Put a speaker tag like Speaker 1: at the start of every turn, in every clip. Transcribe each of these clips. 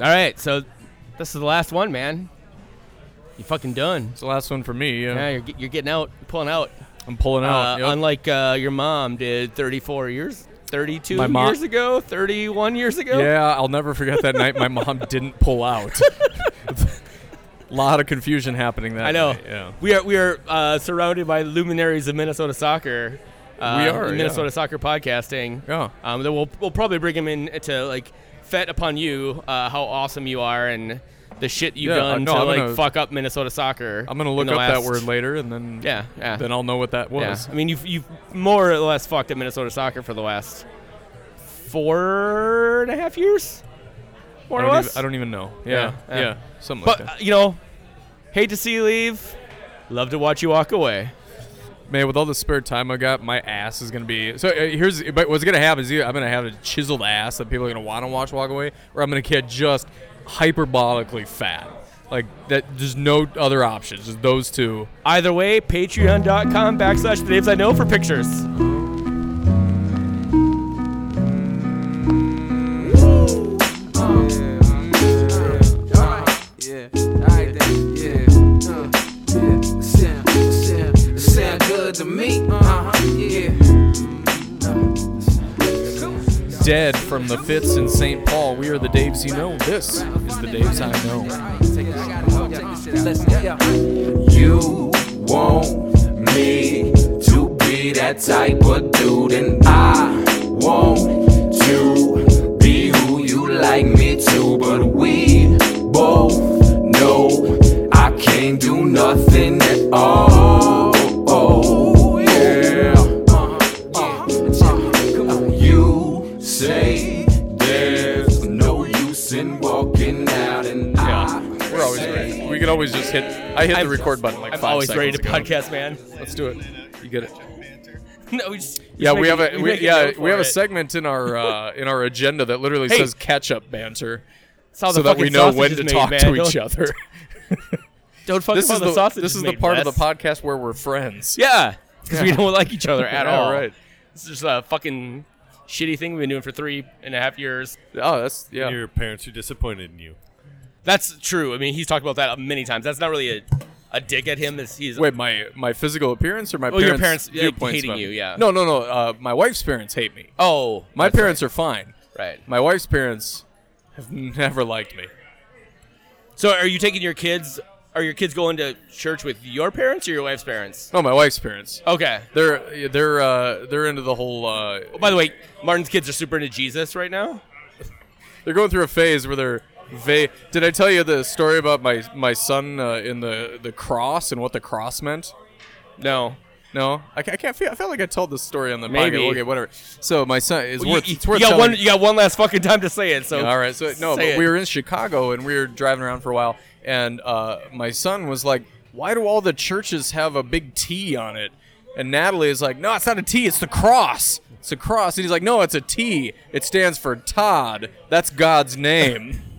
Speaker 1: All right, so this is the last one, man. You fucking done.
Speaker 2: It's the last one for me. Yeah,
Speaker 1: Yeah, you're, get- you're getting out, pulling out.
Speaker 2: I'm pulling
Speaker 1: Uh,
Speaker 2: out. yep.
Speaker 1: Unlike uh, your mom did 34 years, 32
Speaker 2: My mom-
Speaker 1: years ago, 31 years ago.
Speaker 2: yeah, I'll never forget that night. My mom didn't pull out. A lot of confusion happening that
Speaker 1: I know.
Speaker 2: night, Yeah.
Speaker 1: We are we are uh, surrounded by luminaries of Minnesota soccer. Uh,
Speaker 2: We are,
Speaker 1: in
Speaker 2: yeah.
Speaker 1: Minnesota soccer podcasting.
Speaker 2: Yeah.
Speaker 1: Um, then we'll we'll probably bring him in to like fet upon you uh, how awesome you are and the shit you've
Speaker 2: Yeah, uh,
Speaker 1: done
Speaker 2: no,
Speaker 1: to
Speaker 2: I'm
Speaker 1: like
Speaker 2: gonna-
Speaker 1: fuck up Minnesota soccer.
Speaker 2: I'm gonna
Speaker 1: in
Speaker 2: look
Speaker 1: the
Speaker 2: up that
Speaker 1: last-
Speaker 2: word later, and then
Speaker 1: Yeah, yeah.
Speaker 2: then I'll know what that
Speaker 1: yeah.
Speaker 2: was.
Speaker 1: I mean, you've you've more or less fucked up Minnesota soccer for the last four and a half years, more
Speaker 2: I,
Speaker 1: or
Speaker 2: don't
Speaker 1: less.
Speaker 2: even, I don't even know.
Speaker 1: Yeah,
Speaker 2: Yeah,
Speaker 1: yeah.
Speaker 2: yeah, something
Speaker 1: but
Speaker 2: like
Speaker 1: uh,
Speaker 2: that.
Speaker 1: you know, hate to see you leave. Love to watch you walk away.
Speaker 2: Man, with all the spare time I got, my ass is gonna be. So uh, here's, but what's gonna happen is either I'm gonna have a chiseled ass that people are gonna want to watch walk away, or I'm gonna get just hyperbolically fat. Like that, there's no other options. Just those two.
Speaker 1: Either way, patreon.com backslash the names I know for pictures.
Speaker 3: Yeah, alright then, yeah. Uh, yeah. Sound, sound, sound good to me. Uh huh, yeah.
Speaker 2: Dead from the Fits in St. Paul. We are the Daves you know. This is the Daves I know.
Speaker 3: You want me to be that type of dude, and I want to be who you like me to. But we both know I can't do nothing at all. Oh, yeah. Uh-huh. You say there's no use in walking out, and I.
Speaker 2: We're always ready. We can always just hit. I hit
Speaker 1: I'm-
Speaker 2: the record button like
Speaker 1: I'm
Speaker 2: five
Speaker 1: always
Speaker 2: seconds
Speaker 1: ready to
Speaker 2: ago.
Speaker 1: podcast, man.
Speaker 2: Let's do it. You get it.
Speaker 1: No, we just,
Speaker 2: Yeah, we have
Speaker 1: make
Speaker 2: a
Speaker 1: it-
Speaker 2: we,
Speaker 1: make it
Speaker 2: yeah
Speaker 1: known for
Speaker 2: we have a
Speaker 1: it.
Speaker 2: segment in our uh, in our agenda that literally
Speaker 1: Hey.
Speaker 2: says catch up banter,
Speaker 1: It's how the
Speaker 2: so that we
Speaker 1: fucking
Speaker 2: know
Speaker 1: sausage
Speaker 2: when
Speaker 1: is
Speaker 2: to
Speaker 1: made,
Speaker 2: talk
Speaker 1: man.
Speaker 2: to
Speaker 1: Don't-
Speaker 2: each other.
Speaker 1: Don't fuck
Speaker 2: this
Speaker 1: about
Speaker 2: is the
Speaker 1: sausage.
Speaker 2: this is the
Speaker 1: made,
Speaker 2: part of the
Speaker 1: Wes.
Speaker 2: podcast where we're friends.
Speaker 1: Yeah, because we don't like each other at
Speaker 2: Yeah,
Speaker 1: all.
Speaker 2: right.
Speaker 1: It's just a fucking shitty thing we've been doing for three and a half years.
Speaker 2: Oh, that's yeah.
Speaker 4: Your parents are disappointed in you.
Speaker 1: That's true. I mean, he's talked about that many times. That's not really a, a dig at him. As he's
Speaker 2: Wait, my my physical appearance or my
Speaker 1: Well, your
Speaker 2: parents',
Speaker 1: parents, yeah,
Speaker 2: viewpoints
Speaker 1: hating
Speaker 2: about
Speaker 1: you,
Speaker 2: me?
Speaker 1: yeah.
Speaker 2: No, no, no. Uh, my wife's parents hate me.
Speaker 1: oh,
Speaker 2: My
Speaker 1: that's
Speaker 2: parents are fine.
Speaker 1: right.
Speaker 2: My wife's parents have never liked me.
Speaker 1: So, are you taking your kids? Are your kids going to church with your parents or your wife's parents?
Speaker 2: No, my wife's parents.
Speaker 1: Okay.
Speaker 2: They're they're uh, they're into the whole. Uh,
Speaker 1: By the way, Martin's kids are super into Jesus right now.
Speaker 2: they're going through a phase where they're. Va- Did I tell you the story about my my son uh, in the the cross and what the cross meant?
Speaker 1: No.
Speaker 2: No, I, ca- I can't feel. I feel like I told this story on the
Speaker 1: Maybe.
Speaker 2: podcast. Okay, whatever. So my son is
Speaker 1: Well, you-
Speaker 2: worth.
Speaker 1: you,
Speaker 2: it's worth
Speaker 1: you got
Speaker 2: telling.
Speaker 1: one. You got one last fucking time to say it. So
Speaker 2: All right. So
Speaker 1: say
Speaker 2: no, but
Speaker 1: it.
Speaker 2: we were in Chicago and we were driving around for a while, and uh, my son was like, "Why do all the churches have a big T on it?" And Natalie is like, "No, it's not a T. It's the cross. It's a cross." And he's like, "No, it's a T. It stands for Todd. That's God's name."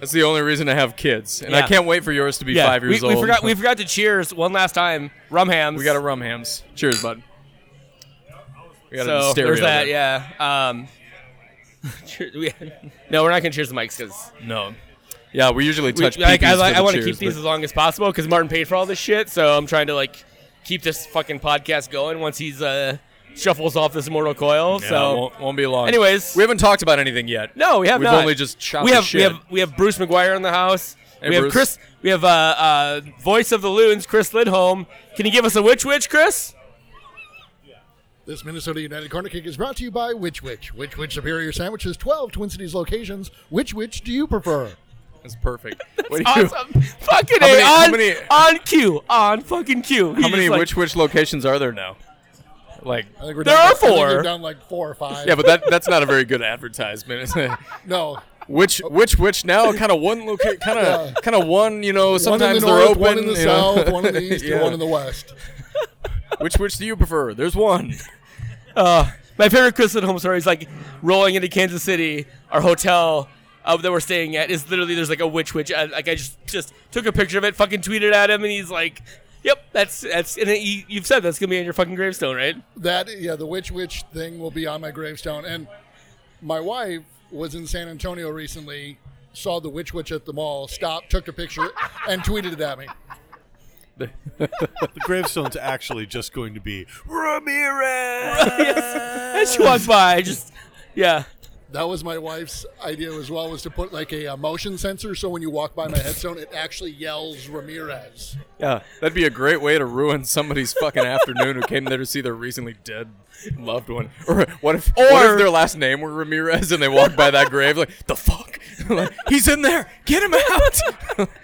Speaker 2: That's the only reason I have kids, and
Speaker 1: Yeah.
Speaker 2: I can't wait for yours to be
Speaker 1: Yeah,
Speaker 2: five years
Speaker 1: we,
Speaker 2: old.
Speaker 1: We forgot. We forgot to cheers one last time. Rum hams.
Speaker 2: We got a rum hams. Cheers, bud. We got
Speaker 1: so
Speaker 2: a stereo
Speaker 1: there's that.
Speaker 2: there.
Speaker 1: Yeah. Um. cheer- we- no, we're not gonna cheers the mics because
Speaker 2: No. Yeah, we usually touch.
Speaker 1: like, I,
Speaker 2: peepees
Speaker 1: like, I
Speaker 2: for the
Speaker 1: want to
Speaker 2: cheers,
Speaker 1: keep these
Speaker 2: but-
Speaker 1: as long as possible because Martin paid for all this shit. So I'm trying to like keep this fucking podcast going once he's uh shuffles off this mortal coil.
Speaker 2: Yeah,
Speaker 1: so
Speaker 2: it won't, won't be long.
Speaker 1: Anyways.
Speaker 2: we haven't talked about anything yet.
Speaker 1: No, we have
Speaker 2: We've
Speaker 1: not.
Speaker 2: only just chopped
Speaker 1: we
Speaker 2: the
Speaker 1: have we
Speaker 2: shit.
Speaker 1: have we have Bruce McGuire in the house.
Speaker 2: Hey,
Speaker 1: we have
Speaker 2: Bruce.
Speaker 1: Chris. We have uh, uh, voice of the loons, Chris Lidholm. Can you give us a witch witch, Chris?
Speaker 5: This Minnesota United Corner Kick is brought to you by Witch Witch. Witch Witch Superior Sandwiches, 12 Twin Cities locations. Which Witch do you prefer?
Speaker 2: That's perfect. What do you-
Speaker 1: Awesome, fucking
Speaker 2: How
Speaker 1: A,
Speaker 2: many- how
Speaker 1: on
Speaker 2: many-
Speaker 1: on cue, on fucking cue.
Speaker 2: How many which which locations are there now? Like,
Speaker 5: I think we're
Speaker 1: There
Speaker 5: down,
Speaker 1: are
Speaker 5: I think
Speaker 1: four.
Speaker 5: we're down like four or five.
Speaker 2: yeah, but that that's not a very good advertisement. Is it?
Speaker 5: no.
Speaker 2: which which which now? Kind of one locate, kind of kind of one. You know, sometimes
Speaker 5: one in the
Speaker 2: they're
Speaker 5: north,
Speaker 2: open.
Speaker 5: one in the
Speaker 2: you know.
Speaker 5: south, one in the east,
Speaker 2: Yeah.
Speaker 5: and one in the west.
Speaker 2: Which which do you prefer? There's one.
Speaker 1: My favorite Chris Lidholm story is like rolling into Kansas City, our hotel. Uh, that we're staying at is literally there's like a witch witch I, like I just just took a picture of it fucking tweeted at him and he's like yep that's that's and then you, you've said that's gonna be on your fucking gravestone right
Speaker 5: That, yeah, the Witch Witch thing will be on my gravestone. And my wife was in San Antonio recently, saw the Witch Witch at the mall, stopped, took a picture, and tweeted it at me.
Speaker 4: The gravestone's actually just going to be Ramirez.
Speaker 1: As she walked by, I just yeah.
Speaker 5: That was my wife's idea as well, was to put like a, uh motion sensor so when you walk by my headstone, it actually yells Ramirez.
Speaker 2: Yeah, that'd be a great way to ruin somebody's fucking afternoon who came there to see their recently dead loved one. Or what if, what if their last name were Ramirez and they walked by that grave like the fuck? like, He's in there. Get him out.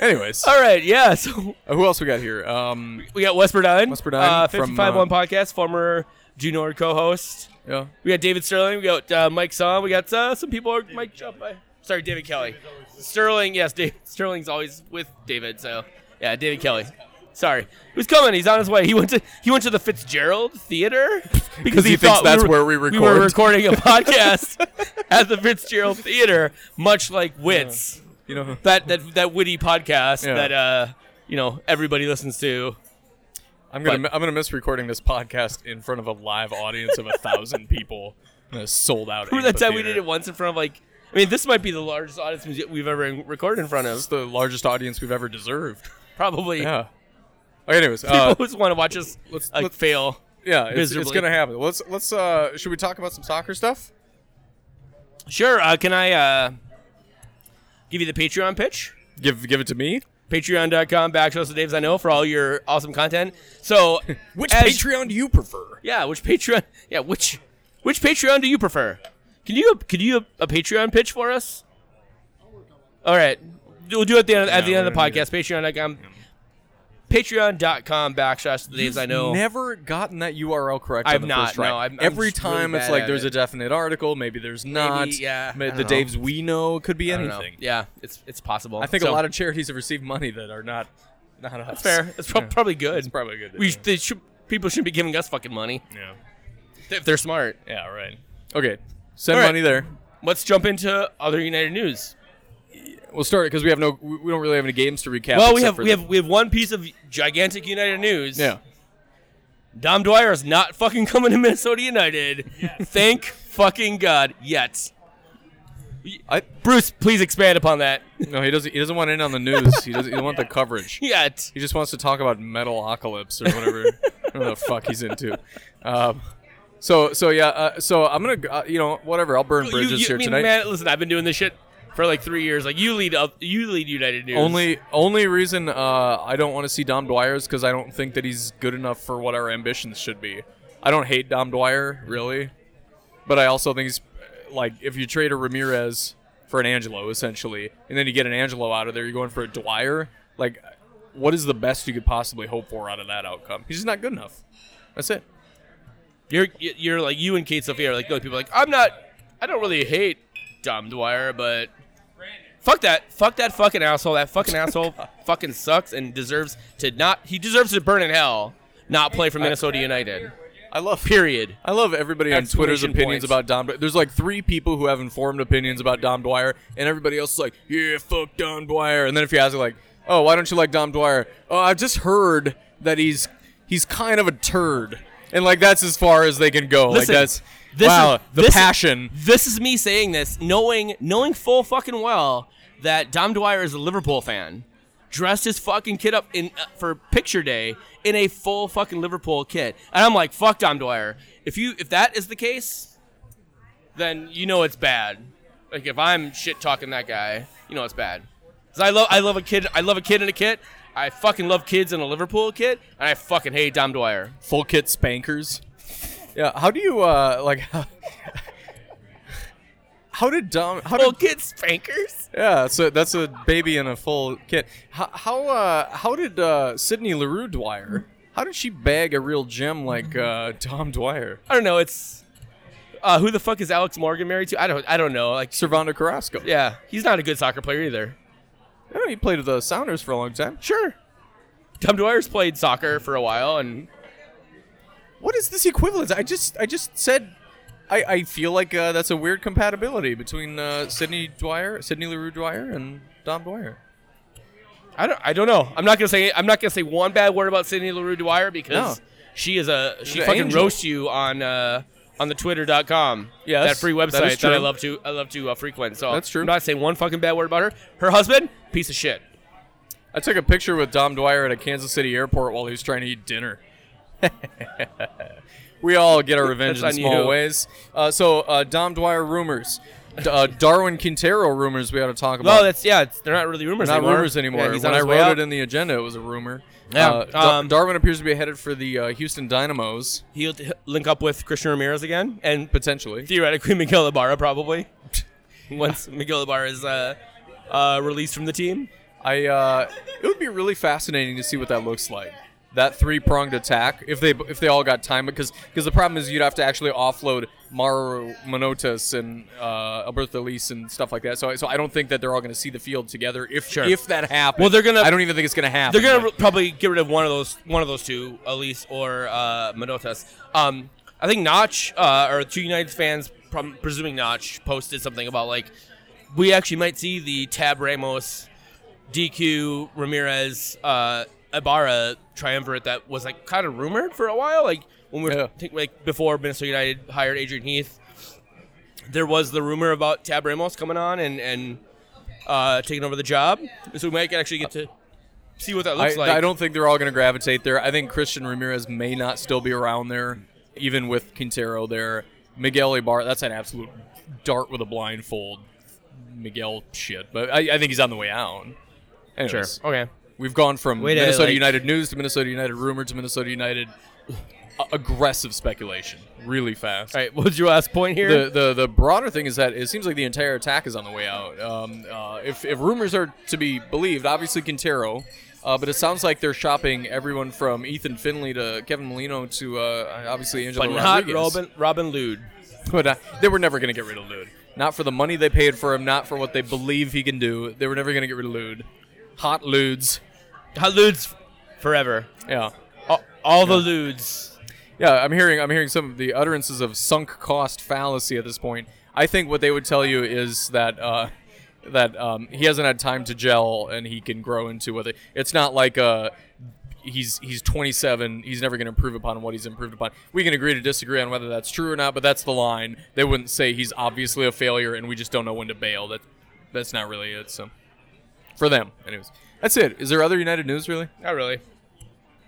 Speaker 2: Anyways,
Speaker 1: All right, yeah. So
Speaker 2: uh, who else we got here? Um,
Speaker 1: we got Wes Burdine,
Speaker 2: Wes Burdine
Speaker 1: uh,
Speaker 2: from,
Speaker 1: fifty-five one
Speaker 2: uh,
Speaker 1: podcast, former Junior co-host.
Speaker 2: yeah,
Speaker 1: We got David Sterling. We got uh, Mike Song. We got uh, some people. Are, Mike Jump. Sorry, David Kelly. Sterling. Yes, Dave, Sterling's always with David. So yeah, David Kelly. Sorry, he's coming. He's on his way. He went to he went to the Fitzgerald Theater because
Speaker 2: he thinks
Speaker 1: thought
Speaker 2: that's
Speaker 1: were-
Speaker 2: where we
Speaker 1: We were
Speaker 2: record.
Speaker 1: recording a podcast at the Fitzgerald Theater, much like Wits,
Speaker 2: you know,
Speaker 1: that that that witty podcast
Speaker 2: Yeah.
Speaker 1: that uh you know everybody listens to.
Speaker 2: I'm gonna
Speaker 1: But-
Speaker 2: I'm gonna miss recording this podcast in front of a live audience of a thousand people. in a sold out.
Speaker 1: Remember that time we did it once in front of like. I mean, this might be the largest audience we've ever recorded in front of.
Speaker 2: It's the largest audience we've ever deserved.
Speaker 1: Probably.
Speaker 2: Yeah. Okay, anyways,
Speaker 1: People
Speaker 2: uh,
Speaker 1: who just want to watch us
Speaker 2: let's-
Speaker 1: like
Speaker 2: let's-
Speaker 1: fail.
Speaker 2: yeah, it's, it's
Speaker 1: miserably.
Speaker 2: gonna happen. Let's let's uh, should we talk about some soccer stuff?
Speaker 1: Sure. Uh, can I uh, give you the Patreon pitch?
Speaker 2: Give give it to me.
Speaker 1: Patreon.com backslash the Daves I know for all your awesome content. So,
Speaker 2: Which
Speaker 1: as-
Speaker 2: Patreon do you prefer?
Speaker 1: Yeah, which Patreon? Yeah, which which Patreon do you prefer? Can you can you a, Patreon pitch for us? All right, we'll do it at the end, at the
Speaker 2: No,
Speaker 1: end of the
Speaker 2: we're gonna do
Speaker 1: podcast. Patreon.com. Patreon.com backslash the Daves I know.
Speaker 2: Never gotten that URL correct.
Speaker 1: I've
Speaker 2: on the
Speaker 1: not,
Speaker 2: First try.
Speaker 1: no, I'm- I'm
Speaker 2: Every
Speaker 1: just really
Speaker 2: time it's
Speaker 1: bad
Speaker 2: like
Speaker 1: at
Speaker 2: there's
Speaker 1: it.
Speaker 2: a definite article. Maybe there's not.
Speaker 1: yeah,
Speaker 2: Ma-
Speaker 1: I
Speaker 2: the
Speaker 1: don't know.
Speaker 2: Daves we know could be
Speaker 1: I don't know.
Speaker 2: anything.
Speaker 1: Yeah, it's it's possible.
Speaker 2: I think
Speaker 1: So,
Speaker 2: a lot of charities have received money that are not not
Speaker 1: that's
Speaker 2: us.
Speaker 1: fair. That's prob-
Speaker 2: Yeah.
Speaker 1: probably good.
Speaker 2: It's probably good.
Speaker 1: We sh- they should, people shouldn't be giving us fucking money
Speaker 2: yeah.
Speaker 1: if they're smart.
Speaker 2: Yeah. Right. Okay. Send
Speaker 1: All right.
Speaker 2: money there.
Speaker 1: Let's jump into other United news.
Speaker 2: We'll start because we have no. We we don't really have any games to recap.
Speaker 1: well, we
Speaker 2: except
Speaker 1: have
Speaker 2: for
Speaker 1: we
Speaker 2: the-
Speaker 1: have we have one piece of gigantic United news.
Speaker 2: Yeah.
Speaker 1: Dom Dwyer is not fucking coming to Minnesota United. Thank fucking God. Yet,
Speaker 2: I,
Speaker 1: Bruce, please expand upon that.
Speaker 2: No, he doesn't. He doesn't want in on the news. He doesn't. He doesn't want the coverage.
Speaker 1: Yet,
Speaker 2: He just wants to talk about metalocalypse or whatever, whatever the fuck he's into. Um, so so yeah. Uh, so I'm gonna uh, you know whatever. I'll burn
Speaker 1: you,
Speaker 2: bridges
Speaker 1: you- I
Speaker 2: here
Speaker 1: mean,
Speaker 2: tonight.
Speaker 1: man, listen, I've been doing this shit for like three years. Like you lead up, you lead United news.
Speaker 2: only only reason uh, I don't want to see Dom Dwyer is because I don't think that he's good enough for what our ambitions should be. I don't hate Dom Dwyer really, but I also think he's uh, like if you trade a Ramirez for an Angelo essentially, and then you get an Angelo out of there, you're going for a Dwyer. Like, what is the best you could possibly hope for out of that outcome? He's just not good enough. That's it.
Speaker 1: you're you're like you and Kate Sophia are like the only people like I'm not. I don't really hate Dom Dwyer, but fuck that, fuck that fucking asshole. That fucking asshole fucking sucks and deserves to not. He deserves to burn in hell, not play for Minnesota United.
Speaker 2: I love
Speaker 1: Period.
Speaker 2: I love everybody on Twitter's
Speaker 1: Exclamation
Speaker 2: opinions
Speaker 1: points.
Speaker 2: about Dom. Dwyer. There's like three people who have informed opinions about Dom Dwyer, and everybody else is like, "Yeah, fuck Dom Dwyer." And then if you ask, like, "Oh, why don't you like Dom Dwyer?" Oh, I've just heard that he's he's kind of a turd, and like that's as far as they can go.
Speaker 1: Listen,
Speaker 2: like that's
Speaker 1: this
Speaker 2: wow,
Speaker 1: is-
Speaker 2: the
Speaker 1: this-
Speaker 2: passion.
Speaker 1: This is me saying this, knowing knowing full fucking well that Dom Dwyer is a Liverpool fan, dressed his fucking kid up in uh, for picture day in a full fucking Liverpool kit, and I'm like, fuck Dom Dwyer. If you if that is the case, then you know it's bad. Like if I'm shit talking that guy, you know it's bad. 'Cause I love I love a kid I love a kid in a kit. I fucking love kids in a Liverpool kit, and I fucking hate Dom Dwyer.
Speaker 2: full kit spankers. Yeah, how do you uh like? How did Dom? How
Speaker 1: Full
Speaker 2: did
Speaker 1: kid spankers.
Speaker 2: Yeah, so that's a baby in a full kit. How how, uh, how did uh, Sydney Larue Dwyer? How did she bag a real gem like uh, Tom Dwyer?
Speaker 1: I don't know. It's uh, who the fuck is Alex Morgan married to? I don't. I don't know. Like,
Speaker 2: Servando Carrasco.
Speaker 1: yeah, he's not a good soccer player either.
Speaker 2: Yeah, he played with the Sounders for a long time.
Speaker 1: Sure, Tom Dwyer's played soccer for a while, and
Speaker 2: What is this equivalence? I just I just said. I, I feel like uh, that's a weird compatibility between uh, Sydney Dwyer, Sydney Larue Dwyer, and Tom Dwyer.
Speaker 1: I don't. I don't know. I'm not gonna say. I'm not gonna say one bad word about Sydney Larue Dwyer because
Speaker 2: No.
Speaker 1: she is a she
Speaker 2: an
Speaker 1: fucking
Speaker 2: angel.
Speaker 1: roasts you on uh, on the twitter.com.
Speaker 2: Yes,
Speaker 1: That free website
Speaker 2: that is
Speaker 1: that, I
Speaker 2: true.
Speaker 1: love to I love to uh, frequent. So
Speaker 2: That's true.
Speaker 1: I'm not saying one fucking bad word about her. Her husband, piece of shit.
Speaker 2: I took a picture with Dom Dwyer at a Kansas City airport while he was trying to eat dinner. we all get our revenge in
Speaker 1: That's on
Speaker 2: small
Speaker 1: you.
Speaker 2: ways. Uh, so, uh, Dom Dwyer rumors. D- uh, Darwin Quintero rumors we ought to talk about.
Speaker 1: Well, that's yeah, it's, they're not really rumors
Speaker 2: not
Speaker 1: anymore.
Speaker 2: rumors anymore.
Speaker 1: And he's
Speaker 2: when
Speaker 1: on
Speaker 2: I
Speaker 1: his way
Speaker 2: wrote
Speaker 1: out.
Speaker 2: it in the agenda, it was a rumor.
Speaker 1: Yeah,
Speaker 2: Uh, Da-
Speaker 1: um,
Speaker 2: Darwin appears to be headed for the uh, Houston Dynamos,
Speaker 1: he'll t- link up with Christian Ramirez again and
Speaker 2: potentially.
Speaker 1: theoretically Miguel Ibarra probably. Once Miguel Ibarra is uh, uh, released from the team.
Speaker 2: I uh, it would be really fascinating to see what that looks like. That three pronged attack, if they if they all got time, because because the problem is you'd have to actually offload Mauro Manotas and uh, Alberto Elise and stuff like that. So I- so I don't think that they're all going to see the field together if
Speaker 1: Sure.
Speaker 2: if that happens.
Speaker 1: Well, they're gonna-
Speaker 2: I don't even think it's going to happen.
Speaker 1: They're gonna
Speaker 2: but-
Speaker 1: re- probably get rid of one of those one of those two, Elise or uh, Minotas. Um, I think Notch uh, or two United fans, prom- presuming Notch, posted something about like we actually might see the Tab Ramos, DQ Ramirez, uh, Ibarra triumvirate that was like kind of rumored for a while, like when we were
Speaker 2: Yeah.
Speaker 1: think, like before Minnesota United hired Adrian Heath. There was the rumor about Tab Ramos coming on and and uh, taking over the job, so we might actually get to see what that
Speaker 2: I,
Speaker 1: looks like.
Speaker 2: I don't think they're all going to gravitate there. I think Christian Ramirez may not still be around there, even with Quintero there. Miguel Ibarra, that's an absolute dart with a blindfold. Miguel shit, but I, I think he's on the way out. Anyways,
Speaker 1: Okay.
Speaker 2: We've gone from
Speaker 1: Way to,
Speaker 2: Minnesota
Speaker 1: like-
Speaker 2: United news to Minnesota United rumor to Minnesota United a- aggressive speculation, really fast.
Speaker 1: All right. What's your last point here?
Speaker 2: The, the the broader thing is that it seems like the entire attack is on the way out. Um, uh, if, if rumors are to be believed, obviously Quintero, uh, but it sounds like they're shopping everyone from Ethan Finley to Kevin Molino to uh, obviously Angelo
Speaker 1: but not
Speaker 2: Rodriguez.
Speaker 1: Robin Robin Lude.
Speaker 2: But uh, they were never going to get rid of Lude. Not for the money they paid for him, not for what they believe he can do. They were never going to get rid of Lude. Hot Ludes.
Speaker 1: Hot Ludes forever.
Speaker 2: Yeah.
Speaker 1: All, all the Ludes.
Speaker 2: Yeah, I'm hearing I'm hearing some of the utterances of sunk cost fallacy at this point. I think what they would tell you is that uh, that um, he hasn't had time to gel and he can grow into what it. It's not like uh, he's he's 27. He's never going to improve upon what he's improved upon. We can agree to disagree on whether that's true or not, but that's the line. They wouldn't say he's obviously a failure and we just don't know when to bail. That that's not really it. So for them, anyways, that's it. Is there other United news really?
Speaker 1: Not really.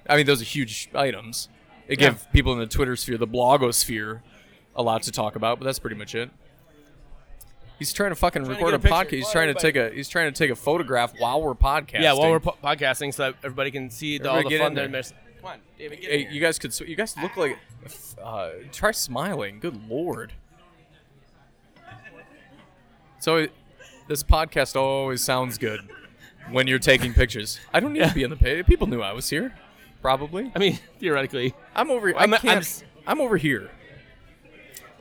Speaker 2: I mean, those are huge items. It gave people in the Twitter sphere, the blogosphere, a lot to talk about, but that's pretty much it. He's trying to fucking
Speaker 1: to
Speaker 2: record
Speaker 1: get
Speaker 2: a,
Speaker 1: a picture.
Speaker 2: podcast. He's
Speaker 1: Come
Speaker 2: trying
Speaker 1: on,
Speaker 2: to take a he's trying to take a photograph while we're podcasting.
Speaker 1: Yeah, while we're po- podcasting, so that everybody can see the, all
Speaker 2: Everybody
Speaker 1: the
Speaker 2: get
Speaker 1: fun
Speaker 2: in
Speaker 1: that
Speaker 2: there.
Speaker 1: miss- Come on, David, get
Speaker 2: Hey,
Speaker 1: in
Speaker 2: you
Speaker 1: here.
Speaker 2: guys could sw- you guys look like uh, try smiling. Good lord. So this podcast always sounds good when you're taking pictures. I don't need to be in the pay. People knew I was here, probably.
Speaker 1: I mean, theoretically,
Speaker 2: I'm over.
Speaker 1: I'm-
Speaker 2: I'm, I can't-
Speaker 1: I'm
Speaker 2: I'm,
Speaker 1: s-
Speaker 2: over here.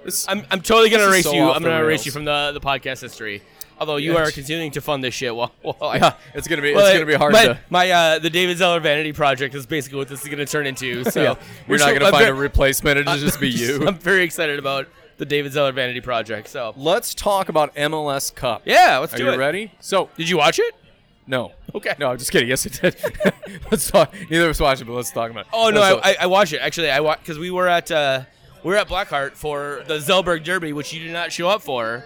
Speaker 2: This,
Speaker 1: I'm, I'm totally gonna
Speaker 2: This is
Speaker 1: erase
Speaker 2: so
Speaker 1: you.
Speaker 2: off
Speaker 1: I'm
Speaker 2: the
Speaker 1: gonna erase
Speaker 2: rails.
Speaker 1: you from the, the podcast history. Although you
Speaker 2: Yes.
Speaker 1: are continuing to fund this shit. While, while I,
Speaker 2: yeah, it's gonna be.
Speaker 1: well,
Speaker 2: it's
Speaker 1: I-
Speaker 2: gonna be hard
Speaker 1: my,
Speaker 2: to.
Speaker 1: My uh, the David Zeller vanity project is basically what this is gonna turn into. So
Speaker 2: yeah,
Speaker 1: we're
Speaker 2: you're not
Speaker 1: so-
Speaker 2: gonna
Speaker 1: I'm
Speaker 2: find
Speaker 1: ver-
Speaker 2: a replacement. It'll just be you.
Speaker 1: I'm very excited about the David Zeller vanity project. So
Speaker 2: Let's talk about MLS Cup.
Speaker 1: yeah, let's
Speaker 2: Are
Speaker 1: do
Speaker 2: you
Speaker 1: it.
Speaker 2: ready? So
Speaker 1: Did you watch it?
Speaker 2: no.
Speaker 1: Okay.
Speaker 2: No, I'm just kidding. Yes, it did. let's talk. Neither of us watched it, but let's talk about. it.
Speaker 1: Oh no,
Speaker 2: So-
Speaker 1: I, I, I watched it actually. I watched because we were at uh, we were at Blackheart for the Zellberg Derby, which you did not show up for.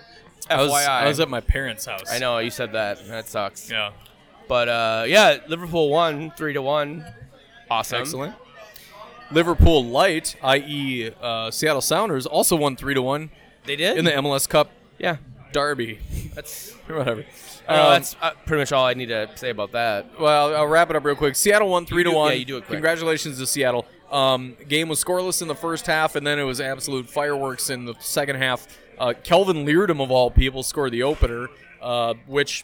Speaker 2: I was,
Speaker 1: FYI,
Speaker 2: I was at my parents' house.
Speaker 1: I know Um, you said that. That sucks.
Speaker 2: Yeah.
Speaker 1: But uh, yeah, Liverpool won three to one. Awesome.
Speaker 2: Excellent. Liverpool Light, i.e., uh, Seattle Sounders, also won three to one
Speaker 1: They did.
Speaker 2: in the MLS Cup
Speaker 1: yeah,
Speaker 2: derby.
Speaker 1: that's.
Speaker 2: Whatever.
Speaker 1: I don't know,
Speaker 2: Um,
Speaker 1: that's uh, pretty much all I need to say about that.
Speaker 2: Well, I'll wrap it up real quick. Seattle won three to
Speaker 1: do-
Speaker 2: one.
Speaker 1: yeah, you do it quick.
Speaker 2: Congratulations to Seattle. Um, game was scoreless in the first half, and then it was absolute fireworks in the second half. Uh, Kelvin Leardom of all people scored the opener, uh, which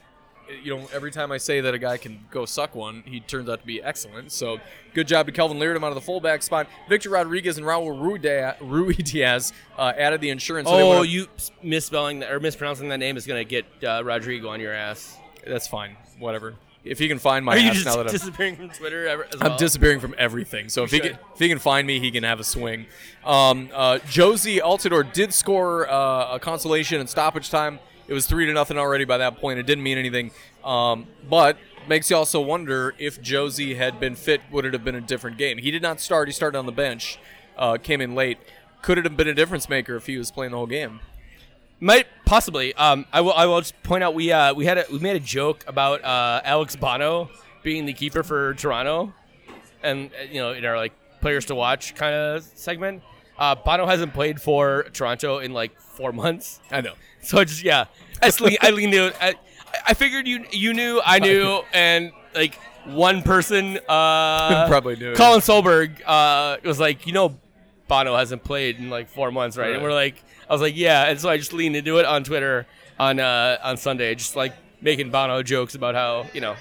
Speaker 2: you know every time I say that a guy can go suck one, he turns out to be excellent. So good job to Kelvin Leardom out of the fullback spot. Victor Rodriguez and Raul Rui Dia- Rui Diaz uh, added the insurance. So they went
Speaker 1: oh,
Speaker 2: up-
Speaker 1: you s- misspelling that, or mispronouncing that name is gonna get uh, Rodrigo on your ass.
Speaker 2: that's fine. Whatever. If you can find my
Speaker 1: Are you
Speaker 2: ass now
Speaker 1: just
Speaker 2: that I'm-
Speaker 1: disappearing from Twitter? Ever, as
Speaker 2: I'm
Speaker 1: well?
Speaker 2: disappearing from everything. So if he,
Speaker 1: Oh. should.
Speaker 2: can, if he can find me, he can have a swing. Um, uh, Josie Altidore did score uh, a consolation in stoppage time. It was three to nothing already by that point. It didn't mean anything, um, but makes you also wonder if Josie had been fit, would it have been a different game? He did not start. He started on the bench, uh, came in late. could it have been a difference maker if he was playing the whole game?
Speaker 1: Might possibly. Um, I will. I will just point out we uh, we had a, we made a joke about uh, Alex Bono being the keeper for Toronto, and uh, you know in our like players to watch kind of segment. Uh, Bono hasn't played for Toronto in like four months,
Speaker 2: I know.
Speaker 1: so I just yeah. I just lean, I leaned to it. I, I figured you you knew I knew and like one person uh,
Speaker 2: Probably knew.
Speaker 1: Colin Solberg uh, was like, you know, Bono hasn't played in like four months, right? And
Speaker 2: Right.
Speaker 1: we're like, I was like, yeah. And so I just leaned into it on Twitter on uh, on Sunday, just like making Bono jokes about how you know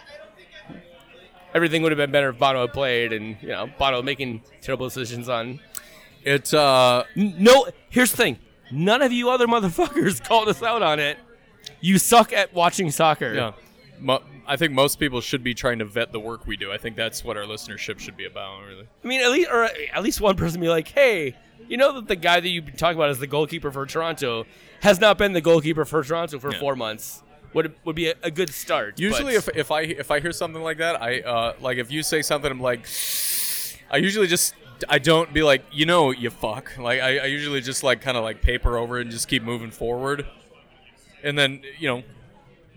Speaker 1: everything would have been better if Bono had played, and you know, Bono making terrible decisions on.
Speaker 2: It's uh,
Speaker 1: N- No, here's the thing: none of you other motherfuckers called us out on it. You suck at watching soccer.
Speaker 2: yeah. Mo- I think most people should be trying to vet the work we do. I think that's what our listenership should be about, really.
Speaker 1: I mean, at least or at least one person be like, "Hey, you know that the guy that you've been talking about as the goalkeeper for Toronto has not been the goalkeeper for Toronto for
Speaker 2: Yeah.
Speaker 1: four months." Would would be a, a good start.
Speaker 2: Usually,
Speaker 1: but-
Speaker 2: if, if I if I hear something like that, I uh, like if you say something, I'm like, I usually just I don't be like, you know, you fuck. Like I, I usually just like kind of like paper over it and just keep moving forward, and then you know,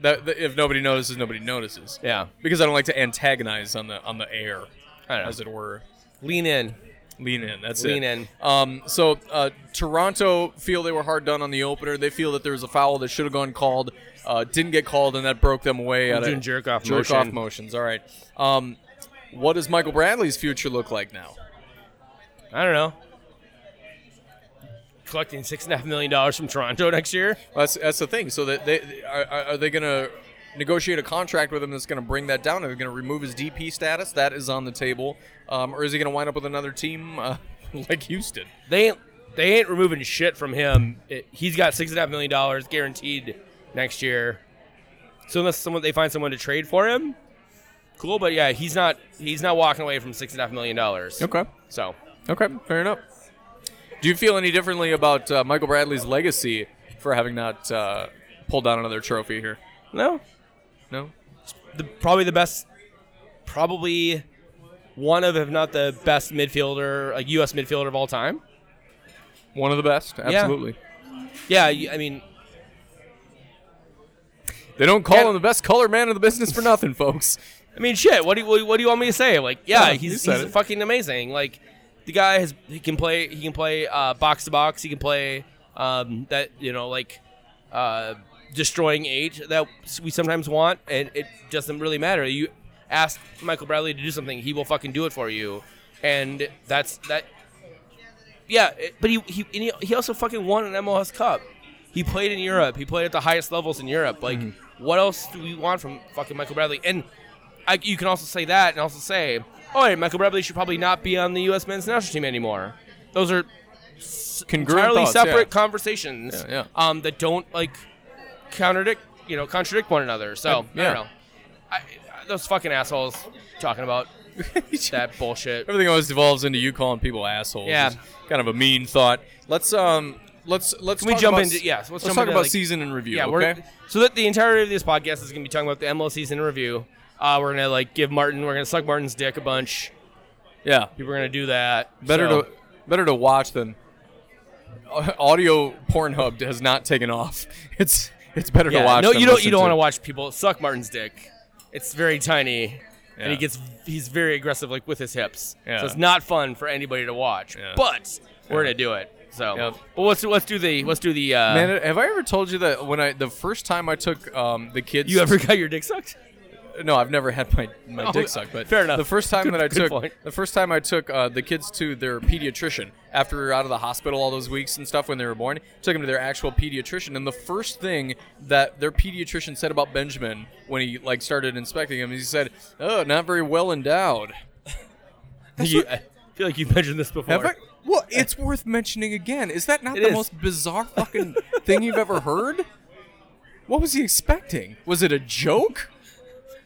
Speaker 2: that, that if nobody notices, nobody notices.
Speaker 1: yeah,
Speaker 2: Because I don't like to antagonize on the on the air,
Speaker 1: I don't know.
Speaker 2: as it were.
Speaker 1: lean in.
Speaker 2: Lean in. That's
Speaker 1: Lean
Speaker 2: it.
Speaker 1: in.
Speaker 2: Um, so uh, Toronto feel they were hard done on the opener. They feel that there was a foul that should have gone called, uh, didn't get called, and that broke them away. out of-
Speaker 1: doing jerk-off
Speaker 2: jerk-off
Speaker 1: motion.
Speaker 2: motions. All right. Um, what does Michael Bradley's future look like now?
Speaker 1: I don't know. Collecting six and a half million dollars from Toronto next year.
Speaker 2: That's that's the thing. So that they are, are are they going to negotiate a contract with him that's going to bring that down? Are they going to remove his DP status? That is on the table. Um, or is he going to wind up with another team uh, like Houston?
Speaker 1: They ain't they ain't removing shit from him. It, he's got six and a half million dollars guaranteed next year. So unless someone they find someone to trade for him, cool. But yeah, he's not he's not walking away from six and a half million dollars.
Speaker 2: Okay.
Speaker 1: So
Speaker 2: Okay, fair enough. Do you feel any differently about uh, Michael Bradley's legacy for having not uh, pulled down another trophy here?
Speaker 1: no,
Speaker 2: No.
Speaker 1: the, probably the best, probably one of if not the best midfielder, like U.S. midfielder of all time.
Speaker 2: One of the best, absolutely.
Speaker 1: Yeah, you- I mean
Speaker 2: They don't call
Speaker 1: Yeah.
Speaker 2: him the best color man in the business for nothing, folks.
Speaker 1: I mean, shit. What do you, what do you want me to say? Like, yeah,
Speaker 2: Yeah, you
Speaker 1: he's,
Speaker 2: said
Speaker 1: he's
Speaker 2: it.
Speaker 1: fucking amazing. Like, the guy has he can play he can play uh, box to box. He can play um, that you know like uh, destroying eight that we sometimes want, and it doesn't really matter. You ask Michael Bradley to do something, he will fucking do it for you, and that's that. Yeah, it- but he he and he, he also fucking won an MLS Cup. He played in Europe. He played at the highest levels in Europe. Like,
Speaker 2: Mm-hmm.
Speaker 1: what else do we want from fucking Michael Bradley? And I, you can also say that and also say, oh, yeah, Michael Bradley should probably not be on the U.S. men's national team anymore. Those are
Speaker 2: Congruent
Speaker 1: entirely
Speaker 2: thoughts, yeah.
Speaker 1: separate conversations
Speaker 2: Yeah, yeah.
Speaker 1: Um, that don't, like, contradict, you know, contradict one another. So,
Speaker 2: Yeah.
Speaker 1: I don't know. I, I- those fucking assholes talking about that bullshit.
Speaker 2: Everything always devolves into you calling people assholes.
Speaker 1: Yeah.
Speaker 2: It's kind of a mean thought. Let's um, let's let's
Speaker 1: Can we
Speaker 2: talk
Speaker 1: jump
Speaker 2: about-
Speaker 1: into- yeah, so let's
Speaker 2: let's
Speaker 1: jump
Speaker 2: talk
Speaker 1: into,
Speaker 2: about
Speaker 1: like-
Speaker 2: season in review.
Speaker 1: Yeah,
Speaker 2: okay.
Speaker 1: we're so that the entirety of this podcast is gonna be talking about the ML season in review. Uh, we're gonna like give Martin, we're gonna suck Martin's dick a bunch.
Speaker 2: yeah,
Speaker 1: People are gonna do that.
Speaker 2: better
Speaker 1: so-
Speaker 2: to better to watch than audio. Pornhub has not taken off. It's it's better
Speaker 1: Yeah,
Speaker 2: to watch.
Speaker 1: No,
Speaker 2: than
Speaker 1: you don't.
Speaker 2: listen
Speaker 1: You don't
Speaker 2: to.
Speaker 1: want to watch people suck Martin's dick. It's very tiny, and
Speaker 2: Yeah.
Speaker 1: he gets he's very aggressive, like with his hips.
Speaker 2: Yeah.
Speaker 1: So it's not fun for anybody to watch.
Speaker 2: Yeah.
Speaker 1: But we're gonna do it. So,
Speaker 2: Yeah.
Speaker 1: but let's let's do the let's do the. Uh,
Speaker 2: Man, have I ever told you that when I the first time I took um, the kids?
Speaker 1: you ever got your dick sucked?
Speaker 2: No, I've never had my, my
Speaker 1: Oh,
Speaker 2: dick sucked. But
Speaker 1: fair enough.
Speaker 2: The first time
Speaker 1: Good-
Speaker 2: that I
Speaker 1: good
Speaker 2: took
Speaker 1: point.
Speaker 2: the first time I took uh, the kids to their pediatrician after we were out of the hospital all those weeks and stuff when they were born, took them to their actual pediatrician, and the first thing that their pediatrician said about Benjamin when he like started inspecting him, he said, "Oh, not very well endowed."
Speaker 1: You- I feel like you mentioned this before.
Speaker 2: Have I? Well, it's worth mentioning again. Is that not
Speaker 1: It
Speaker 2: the
Speaker 1: is.
Speaker 2: most bizarre fucking thing you've ever heard? What was he expecting? Was it a joke?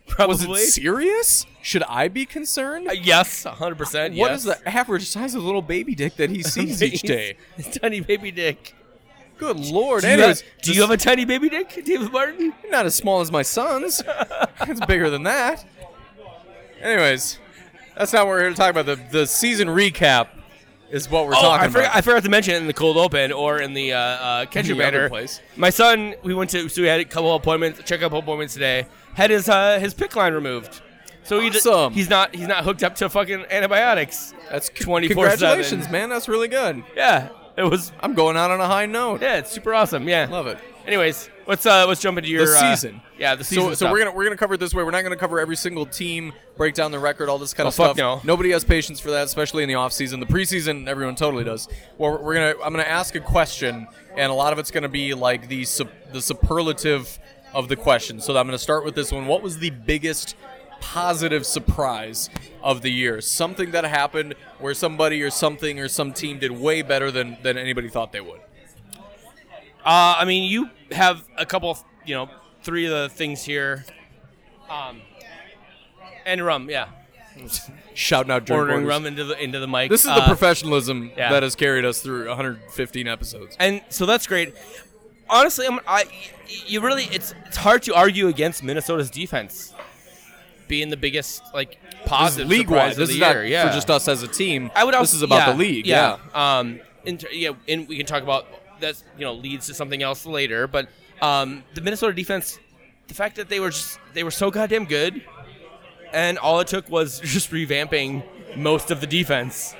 Speaker 1: Probably.
Speaker 2: Was it serious? Should I be concerned?
Speaker 1: Uh, yes, hundred percent.
Speaker 2: What is the average size of the little baby dick that he sees each day?
Speaker 1: tiny baby dick.
Speaker 2: Good lord!
Speaker 1: Do you, have,
Speaker 2: Anyways,
Speaker 1: do you have a tiny baby dick, David Martin?
Speaker 2: not as small as my son's? it's bigger than that. Anyways, that's not what we're here to talk about. The the season recap. is what we're
Speaker 1: Oh,
Speaker 2: talking
Speaker 1: I forgot, I
Speaker 2: about.
Speaker 1: forgot to mention it in the cold open or in the uh, uh, ketchup
Speaker 2: The other
Speaker 1: banner.
Speaker 2: place.
Speaker 1: My son, we went to, so we had a couple appointments, checkup appointments today. Had his uh, his pick line removed, so he d-
Speaker 2: Awesome.
Speaker 1: he's not he's not hooked up to fucking antibiotics.
Speaker 2: That's c-
Speaker 1: 24/7.
Speaker 2: Congratulations, man. That's really good.
Speaker 1: Yeah, it was
Speaker 2: I'm going out on a high note.
Speaker 1: yeah, it's super awesome. Yeah,
Speaker 2: Love it.
Speaker 1: Anyways, let's uh let's jump into your
Speaker 2: The
Speaker 1: uh,
Speaker 2: season.
Speaker 1: yeah, the season.
Speaker 2: So, so we're gonna we're gonna cover it this way. We're not gonna cover every single team, break down the record, all this kind
Speaker 1: Oh,
Speaker 2: of stuff.
Speaker 1: fuck no.
Speaker 2: Nobody has patience for that, especially in the off season. The preseason, everyone totally does. Well, we're gonna I'm gonna ask a question, and a lot of it's gonna be like the sup- the superlative of the question. So I'm gonna start with this one. What was the biggest positive surprise of the year? Something that happened where somebody or something or some team did way better than than anybody thought they would.
Speaker 1: Uh, I mean, you have a couple, of, you know, three of the things here. Um, and rum, yeah,
Speaker 2: Shouting out drink
Speaker 1: ordering
Speaker 2: orders.
Speaker 1: rum into the into the mic.
Speaker 2: This is the
Speaker 1: Uh,
Speaker 2: professionalism
Speaker 1: yeah.
Speaker 2: that has carried us through 115 episodes.
Speaker 1: and so that's great. Honestly, I'm, I you really it's it's hard to argue against Minnesota's defense being the biggest like positive
Speaker 2: league
Speaker 1: surprise
Speaker 2: wide.
Speaker 1: of
Speaker 2: This
Speaker 1: the
Speaker 2: is
Speaker 1: year.
Speaker 2: not
Speaker 1: yeah,
Speaker 2: for just us as a team.
Speaker 1: I would also
Speaker 2: this is about
Speaker 1: yeah,
Speaker 2: the league. Yeah.
Speaker 1: Um. In, ter- yeah, and we can talk about that. You know, leads to something else later. But um, the Minnesota defense, the fact that they were just they were so goddamn good, and all it took was just revamping most of the defense.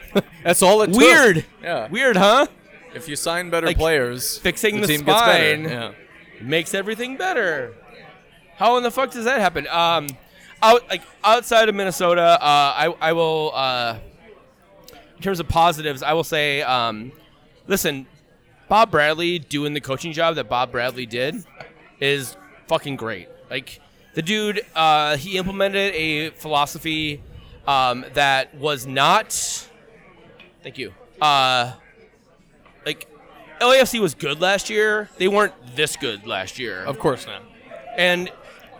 Speaker 2: that's all it took.
Speaker 1: Weird.
Speaker 2: Yeah.
Speaker 1: Weird, huh?
Speaker 2: If you sign better
Speaker 1: Like,
Speaker 2: players,
Speaker 1: fixing the
Speaker 2: the, team gets
Speaker 1: spine.
Speaker 2: better. Yeah.
Speaker 1: Makes everything better. How in the fuck does that happen? Um, out like outside of Minnesota, uh, I I will. Uh, in terms of positives, I will say, um, listen, Bob Bradley doing the coaching job that Bob Bradley did is fucking great. Like the dude, uh, he implemented a philosophy um, that was not. Thank you. Uh, like LAFC was good last year. They weren't this good last year.
Speaker 2: Of course not.
Speaker 1: And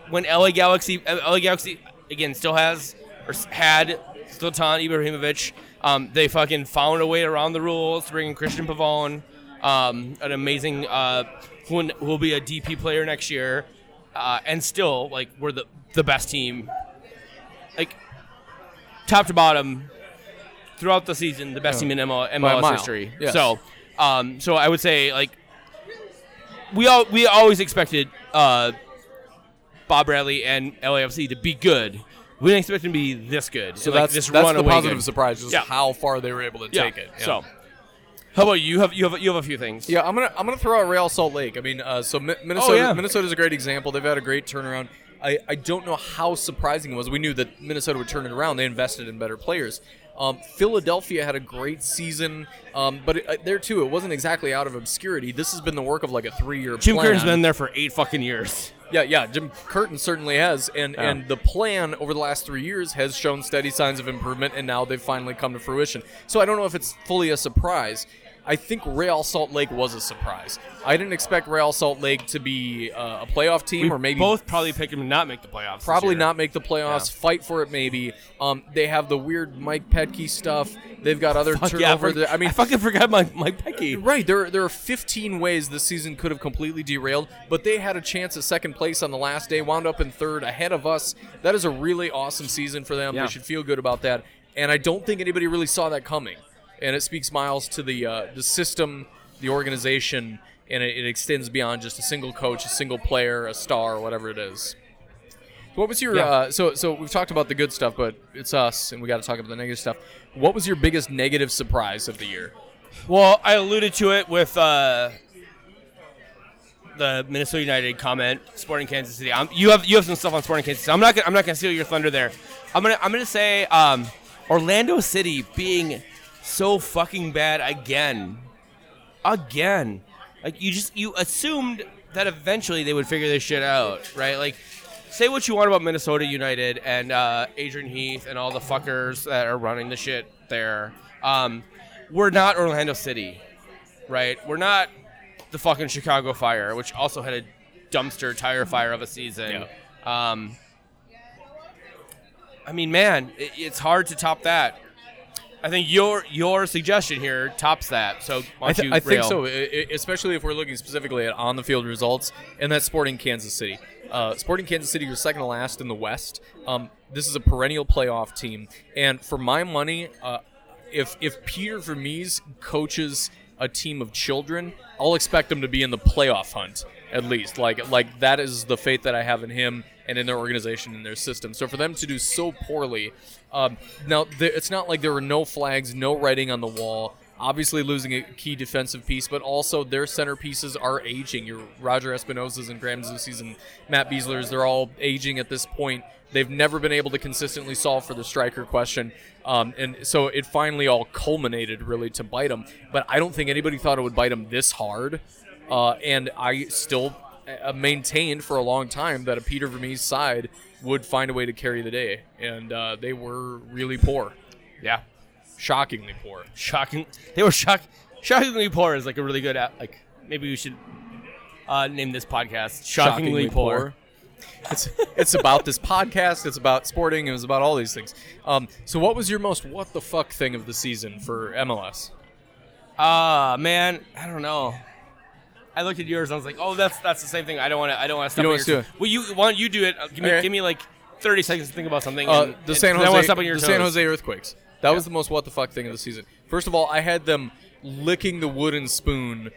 Speaker 1: when LA Galaxy, LA Galaxy again still has or s- had Zlatan Ibrahimovic, um, they fucking found a way around the rules to bring in Christian Pavone, um, an amazing uh, who n- who will be a DP player next year, uh, and still like we're the the best team, like top to bottom throughout the season, the best team in ML, MLS
Speaker 2: mile.
Speaker 1: history.
Speaker 2: Yes.
Speaker 1: So, um, so I would say like we all we always expected. Uh, Bob Bradley and LAFC to be good. We didn't expect them to be this good.
Speaker 2: So
Speaker 1: like
Speaker 2: that's
Speaker 1: this
Speaker 2: that's the
Speaker 1: runaway
Speaker 2: positive
Speaker 1: good.
Speaker 2: surprise, just
Speaker 1: Yeah.
Speaker 2: how far they were able to
Speaker 1: Yeah.
Speaker 2: take it. Yeah.
Speaker 1: So, how about you? You Have you have you have a few things?
Speaker 2: Yeah, I'm gonna I'm gonna throw out Real Salt Lake. I mean, uh, so Mi- Minnesota
Speaker 1: Oh, yeah.
Speaker 2: Minnesota's a great example. They've had a great turnaround. I, I don't know how surprising it was. We knew that Minnesota would turn it around. They invested in better players. Um, Philadelphia had a great season, um, but it, uh, there too, it wasn't exactly out of obscurity. This has been the work of like a three-year
Speaker 1: Jim
Speaker 2: plan.
Speaker 1: Curtin's been there for eight fucking years.
Speaker 2: Yeah, yeah. Jim Curtin certainly has, and and the plan over the last three years has shown steady signs of improvement, and now they've finally come to fruition. So I don't know if it's fully a surprise. I think Real Salt Lake was a surprise. I didn't expect Real Salt Lake to be uh, a playoff team,
Speaker 1: We
Speaker 2: or maybe
Speaker 1: both probably picked him to not make the playoffs. this
Speaker 2: probably
Speaker 1: year.
Speaker 2: not make the playoffs. Fight for it, maybe. Um, they have the weird Mike Petke stuff. They've got other
Speaker 1: Fuck yeah, I,
Speaker 2: turnover.
Speaker 1: for-
Speaker 2: there. I mean,
Speaker 1: I fucking forgot my Mike Pecky.
Speaker 2: Right, there there are 15 ways this season could have completely derailed, but they had a chance at second place on the last day, wound up in third ahead of us. That is a really awesome season for them.
Speaker 1: Yeah.
Speaker 2: They should feel good about that. And I don't think anybody really saw that coming. And it speaks miles to the uh, the system, the organization, and it, it extends beyond just a single coach, a single player, a star, or whatever it is. What was your
Speaker 1: Yeah.
Speaker 2: uh, so so we've talked about the good stuff, but it's us, and we got to talk about the negative stuff. What was your biggest negative surprise of the year?
Speaker 1: Well, I alluded to it with uh, the Minnesota United comment, Sporting Kansas City. i you have you have some stuff on Sporting Kansas. City. I'm not gonna, I'm not gonna steal your thunder there. I'm gonna I'm gonna say um, Orlando City being so fucking bad again, again. Like you just you assumed that eventually they would figure this shit out, right? Like. Say what you want about Minnesota United and uh, Adrian Heath and all the fuckers that are running the shit there. Um, we're not Orlando City, right? We're not the fucking Chicago Fire, which also had a dumpster tire fire of a season. Um, I mean, man, it, it's hard to top that. I think your your suggestion here tops that. So why
Speaker 2: I,
Speaker 1: don't
Speaker 2: th-
Speaker 1: you
Speaker 2: I think
Speaker 1: rail?
Speaker 2: so, e- e- especially if we're looking specifically at on the field results, and that's Sporting Kansas City. Uh, Sporting Kansas City was second to last in the West. Um, this is a perennial playoff team, and for my money, uh, if if Peter Vermees coaches a team of children, I'll expect him to be in the playoff hunt at least. Like like that is the faith that I have in him and in their organization and their system. So for them to do so poorly, um, now th- it's not like there were no flags, no writing on the wall. Obviously, losing a key defensive piece, but also their centerpieces are aging. Your Roger Espinosa's and Graham Zusi's and Matt Beasler's, they're all aging at this point. They've never been able to consistently solve for the striker question. Um, and so it finally all culminated really to bite them. But I don't think anybody thought it would bite them this hard. Uh, and I still uh, maintained for a long time that a Peter Vermees side would find a way to carry the day. And uh, they were really poor. Yeah. Shockingly poor.
Speaker 1: Shocking. They were shock. Shockingly poor is like a really good a- like. Maybe we should uh, name this podcast "Shockingly, poor.
Speaker 2: It's, it's about this podcast. It's about sporting. It was about all these things. Um, so, what was your most what the fuck thing of the season for MLS?
Speaker 1: Ah, man, I don't know. I looked at yours and I was like, "Oh, that's that's the same thing." I don't want to. I don't want to stop.
Speaker 2: know
Speaker 1: on
Speaker 2: what's
Speaker 1: your-
Speaker 2: doing.
Speaker 1: Well, you why don't you do it? Uh, Give me,
Speaker 2: Okay.
Speaker 1: give me like thirty seconds to think about something.
Speaker 2: Uh,
Speaker 1: and-
Speaker 2: the
Speaker 1: and-
Speaker 2: San
Speaker 1: 'cause I
Speaker 2: Jose,
Speaker 1: want to stop on your
Speaker 2: the
Speaker 1: toes.
Speaker 2: San Jose earthquakes. That was the most what the fuck thing of the season. First of all, I had them licking the wooden spoon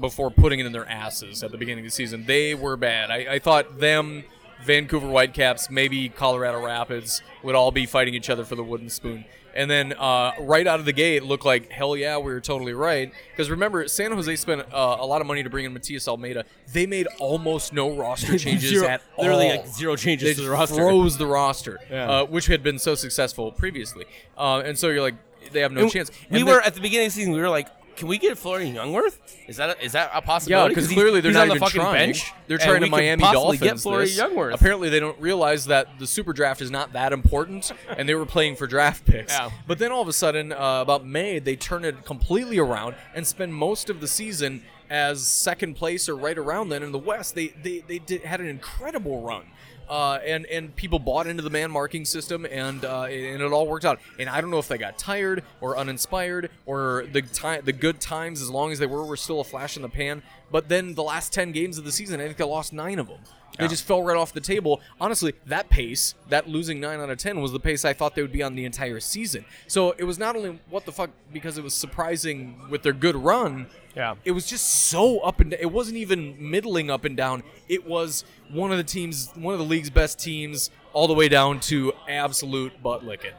Speaker 2: before putting it in their asses at the beginning of the season. They were bad. I, I thought them, Vancouver Whitecaps, maybe Colorado Rapids would all be fighting each other for the wooden spoon. And then uh, right out of the gate, it looked like hell yeah, we were totally right. Because remember, San Jose spent uh, a lot of money to bring in Matias Almeida. They made almost no roster changes
Speaker 1: Zero-
Speaker 2: at all.
Speaker 1: literally, like, zero changes
Speaker 2: They
Speaker 1: to the
Speaker 2: just
Speaker 1: roster.
Speaker 2: froze was the roster, uh, which had been so successful previously. Uh, and so you're like, they have no
Speaker 1: And
Speaker 2: chance.
Speaker 1: We
Speaker 2: And
Speaker 1: were
Speaker 2: they-
Speaker 1: at the beginning of the season. We were like, "Can we get Florian Youngworth? Is that a, is that a
Speaker 2: yeah,
Speaker 1: possibility?
Speaker 2: because
Speaker 1: he's-
Speaker 2: clearly they're
Speaker 1: he's
Speaker 2: not
Speaker 1: on the
Speaker 2: even
Speaker 1: fucking
Speaker 2: trying.
Speaker 1: bench.
Speaker 2: They're
Speaker 1: and
Speaker 2: trying
Speaker 1: we could
Speaker 2: to Miami
Speaker 1: possibly
Speaker 2: Dolphins.
Speaker 1: Get Florian
Speaker 2: this.
Speaker 1: Youngworth.
Speaker 2: Apparently, they don't realize that the super draft is not that important, and they were playing for draft picks.
Speaker 1: Yeah.
Speaker 2: But then all of a sudden, uh, about May, they turn it completely around and spend most of the season as second place or right around then in the West. They they, they did, had an incredible run. Uh, and and people bought into the man marking system, and uh, and it all worked out. And I don't know if they got tired or uninspired, or the time the good times, as long as they were, were still a flash in the pan. But then the last ten games of the season, I think they lost nine of them. They just fell right off the table. Honestly, that pace, that losing nine out of ten, was the pace I thought they would be on the entire season. So it was not only what the fuck because it was surprising with their good run.
Speaker 1: Yeah.
Speaker 2: It was just so up and it wasn't even middling up and down. It was one of the teams, one of the league's best teams, all the way down to absolute butt licking.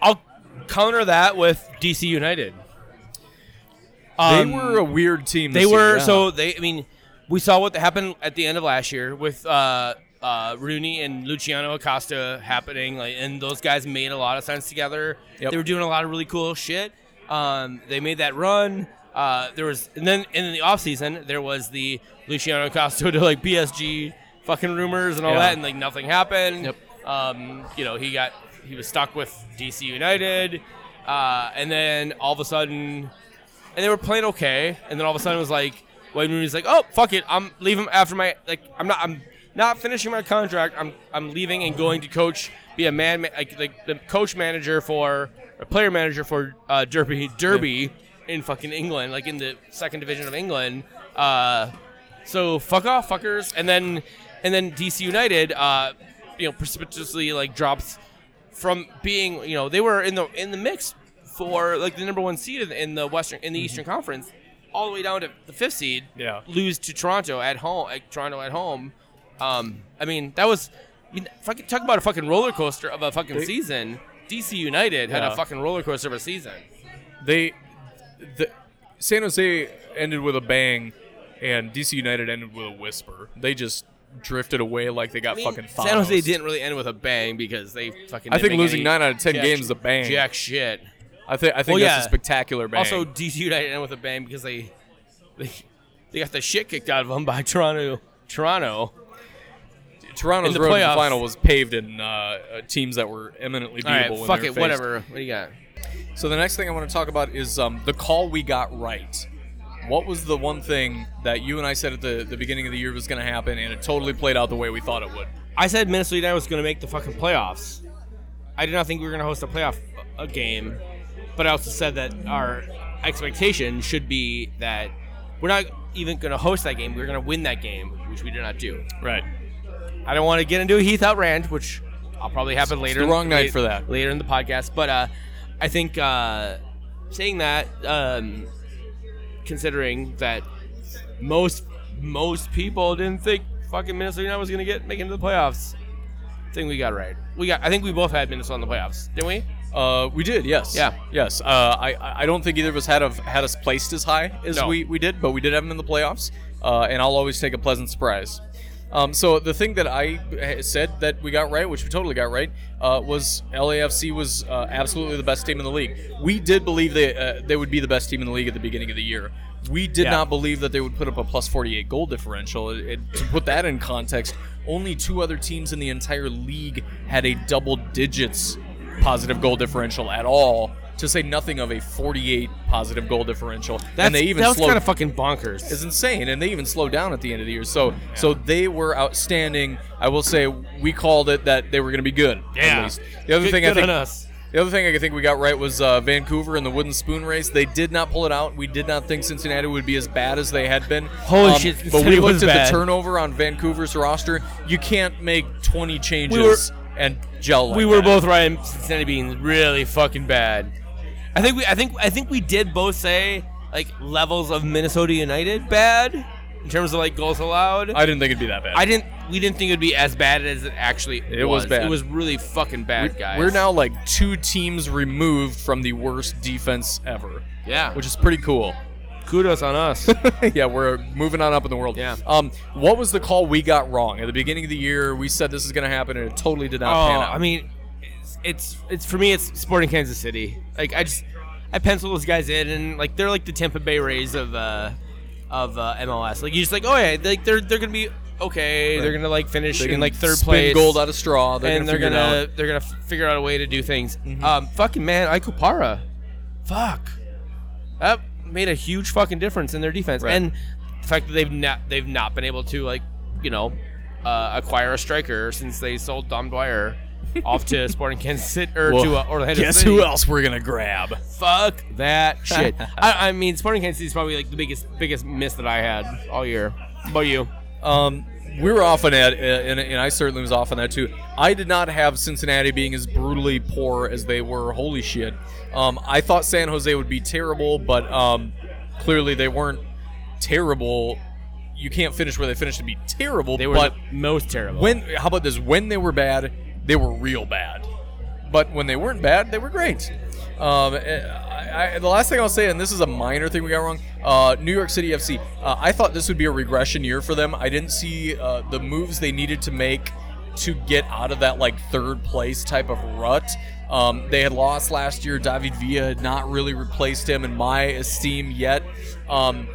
Speaker 1: I'll counter that with DC United. Um,
Speaker 2: they were a weird team.
Speaker 1: They
Speaker 2: this year,
Speaker 1: were
Speaker 2: yeah.
Speaker 1: so they. I mean, we saw what happened at the end of last year with uh, uh, Rooney and Luciano Acosta happening, like, and those guys made a lot of sense together.
Speaker 2: Yep.
Speaker 1: They were doing a lot of really cool shit. Um, they made that run. Uh, there was, and then in the offseason, there was the Luciano Acosta to like PSG fucking rumors and all
Speaker 2: Yeah.
Speaker 1: that, and like nothing happened.
Speaker 2: Yep.
Speaker 1: Um, you know, he got he was stuck with DC United, uh, and then all of a sudden and they were playing okay. And then all of a sudden, it was like Wayne Rooney's like, "Oh fuck it, I'm leaving after my like I'm not I'm not finishing my contract. I'm I'm leaving and going to coach, be a man ma- like like the coach manager for or player manager for uh, Derby Derby in fucking England, like in the second division of England. Uh, so fuck off, fuckers. And then and then DC United, uh, you know, precipitously like drops from being you know they were in the in the mix for like the number one seed in the, in the Western in the Eastern Conference, all the way down to the fifth seed.
Speaker 2: Mm-hmm. Yeah.
Speaker 1: lose to Toronto at home. At Toronto at home. Um, I mean that was, I mean, fucking talk about a fucking roller coaster of a fucking season. DC United had
Speaker 2: Yeah.
Speaker 1: a fucking roller coaster of a season.
Speaker 2: they the San Jose ended with a bang and DC United ended with a whisper. They just drifted away like they got
Speaker 1: I mean,
Speaker 2: fucking
Speaker 1: San Jose
Speaker 2: Thanos.
Speaker 1: didn't really end with a bang because they fucking.
Speaker 2: I
Speaker 1: didn't
Speaker 2: think
Speaker 1: make
Speaker 2: losing
Speaker 1: any
Speaker 2: 9 out of 10
Speaker 1: jack-
Speaker 2: games is a bang.
Speaker 1: Jack shit.
Speaker 2: I think I think
Speaker 1: Well,
Speaker 2: that's
Speaker 1: yeah.
Speaker 2: a spectacular bang.
Speaker 1: Also, DC United ended with a bang because they, they they got the shit kicked out of them by Toronto. Toronto.
Speaker 2: Toronto's
Speaker 1: in the
Speaker 2: road to the
Speaker 1: playoffs-
Speaker 2: final was paved in uh, uh, teams that were eminently
Speaker 1: All
Speaker 2: beatable.
Speaker 1: right,
Speaker 2: when
Speaker 1: fuck
Speaker 2: they were
Speaker 1: it,
Speaker 2: faced.
Speaker 1: whatever. What do you got?
Speaker 2: So the next thing I want to talk about is um, the call we got right. What was the one thing that you and I said at the, the beginning of the year was going to happen, and it totally played out the way we thought it would?
Speaker 1: I said Minnesota United was going to make the fucking playoffs. I did not think we were going to host a playoff a game, but I also said that our expectation should be that we're not even going to host that game. We're going to win that game, which we did not do.
Speaker 2: Right.
Speaker 1: I don't want to get into a Heath out rant, which I'll probably happen later.
Speaker 2: the wrong night
Speaker 1: late-
Speaker 2: for that.
Speaker 1: Later in the podcast, but uh, I think uh, saying that, um, considering that most most people didn't think fucking Minnesota United was gonna get make it into the playoffs, I think we got right. We got. I think we both had Minnesota in the playoffs, didn't we?
Speaker 2: Uh, we did, yes.
Speaker 1: Yeah.
Speaker 2: yes. Uh, I I don't think either of us had a, had us placed as high as
Speaker 1: No.
Speaker 2: we, we did, but we did have them in the playoffs, uh, and I'll always take a pleasant surprise. Um, so the thing that I eh, said that we got right, which we totally got right, uh, was LAFC was uh, absolutely the best team in the league. We did believe they uh, they would be the best team in the league at the beginning of the year. We did
Speaker 1: Yeah.
Speaker 2: not believe that they would put up a plus 48 goal differential. It- it- to put that in context, only two other teams in the entire league had a double digits positive goal differential at all, to say nothing of a 48 positive goal differential. and they even
Speaker 1: that was
Speaker 2: slowed
Speaker 1: kind of fucking bonkers.
Speaker 2: is insane, and they even slowed down at the end of the year. So, so they were outstanding. I will say we called it that they were going to be good.
Speaker 1: Yeah.
Speaker 2: At least. The other
Speaker 1: Good-
Speaker 2: thing I
Speaker 1: good
Speaker 2: think
Speaker 1: on us.
Speaker 2: the other thing I think we got right was uh, Vancouver and the wooden spoon race. They did not pull it out. We did not think Cincinnati would be as bad as they had been. Um,
Speaker 1: Holy shit,
Speaker 2: But
Speaker 1: Cincinnati
Speaker 2: we
Speaker 1: was
Speaker 2: looked at
Speaker 1: bad.
Speaker 2: the turnover on Vancouver's roster. You can't make 20 changes and gel. Like
Speaker 1: we were
Speaker 2: that.
Speaker 1: both right. and Cincinnati being really fucking bad. I think we, I think, I think we did both say like levels of Minnesota United bad in terms of like goals allowed. I,
Speaker 2: I didn't think it'd be that bad.
Speaker 1: didn't. We didn't think it would be as bad as it actually.
Speaker 2: It was bad.
Speaker 1: It was really fucking bad,
Speaker 2: We-
Speaker 1: guys.
Speaker 2: We're now like two teams removed from the worst defense ever,
Speaker 1: yeah.
Speaker 2: which is pretty cool.
Speaker 1: kudos on us.
Speaker 2: yeah, we're moving on up in the world.
Speaker 1: Yeah.
Speaker 2: Um, what was the call we got wrong at the beginning of the year? We said this is going to happen, and it totally did not pan
Speaker 1: Oh,
Speaker 2: out.
Speaker 1: I mean, it's, it's it's for me. It's Sporting Kansas City. Like I just I pencil those guys in, and like they're like the Tampa Bay Rays of uh of uh, MLS. Like you just like oh yeah, like they're they're gonna be okay. They're gonna like finish
Speaker 2: They
Speaker 1: in
Speaker 2: can
Speaker 1: like third
Speaker 2: spin
Speaker 1: place.
Speaker 2: gold out of straw. They're
Speaker 1: and
Speaker 2: gonna
Speaker 1: they're
Speaker 2: figure
Speaker 1: gonna
Speaker 2: it out. Mm-hmm.
Speaker 1: they're gonna f- figure out a way to do things. Um, fucking man, Ike Parra, fuck, that made a huge fucking difference in their defense,
Speaker 2: Right.
Speaker 1: and the fact that they've not they've not been able to like you know uh, acquire a striker since they sold Dom Dwyer off to Sporting Kansas City or
Speaker 2: Well,
Speaker 1: to uh, Orlando
Speaker 2: Guess
Speaker 1: City.
Speaker 2: who else we're gonna grab?
Speaker 1: Fuck that shit. I, I mean, Sporting Kansas City is probably like the biggest biggest miss that I had all year. How about you?
Speaker 2: Um, we were off on that, uh, and, and I certainly was off on that too. I did not have Cincinnati being as brutally poor as they were. Holy shit! Um, I thought San Jose would be terrible, but um, clearly they weren't terrible. You can't finish where they finished to be terrible.
Speaker 1: They were
Speaker 2: but
Speaker 1: the most terrible.
Speaker 2: When how about this? When they were bad, they were real bad. But when they weren't bad, they were great. Um, eh, I, I, the last thing I'll say, and this is a minor thing we got wrong. Uh, New York City FC. Uh, I thought this would be a regression year for them. I didn't see uh, the moves they needed to make to get out of that like third place type of rut. Um, they had lost last year. David Villa had not really replaced him in my esteem yet. Um,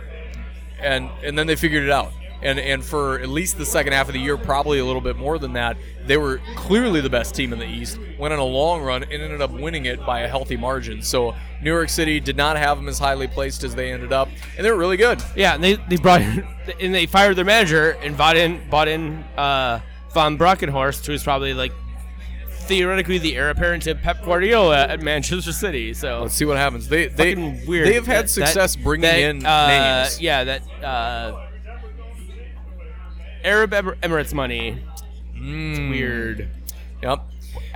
Speaker 2: and and then they figured it out. And and for at least the second half of the year, probably a little bit more than that, they were clearly the best team in the East. Went on a long run and ended up winning it by a healthy margin. So New York City did not have them as highly placed as they ended up, and they were really good.
Speaker 1: Yeah, and they, they brought in, and they fired their manager and bought in bought in uh, von Brockenhorst, who's probably like theoretically the heir apparent to Pep Guardiola at Manchester City. So
Speaker 2: Let's see what happens. They they
Speaker 1: fucking weird.
Speaker 2: they have
Speaker 1: that-
Speaker 2: had
Speaker 1: that-
Speaker 2: success bringing
Speaker 1: that,
Speaker 2: in
Speaker 1: uh,
Speaker 2: names.
Speaker 1: Yeah, that uh, Arab Emir- Emirates money. It's weird.
Speaker 2: Yep. Mm.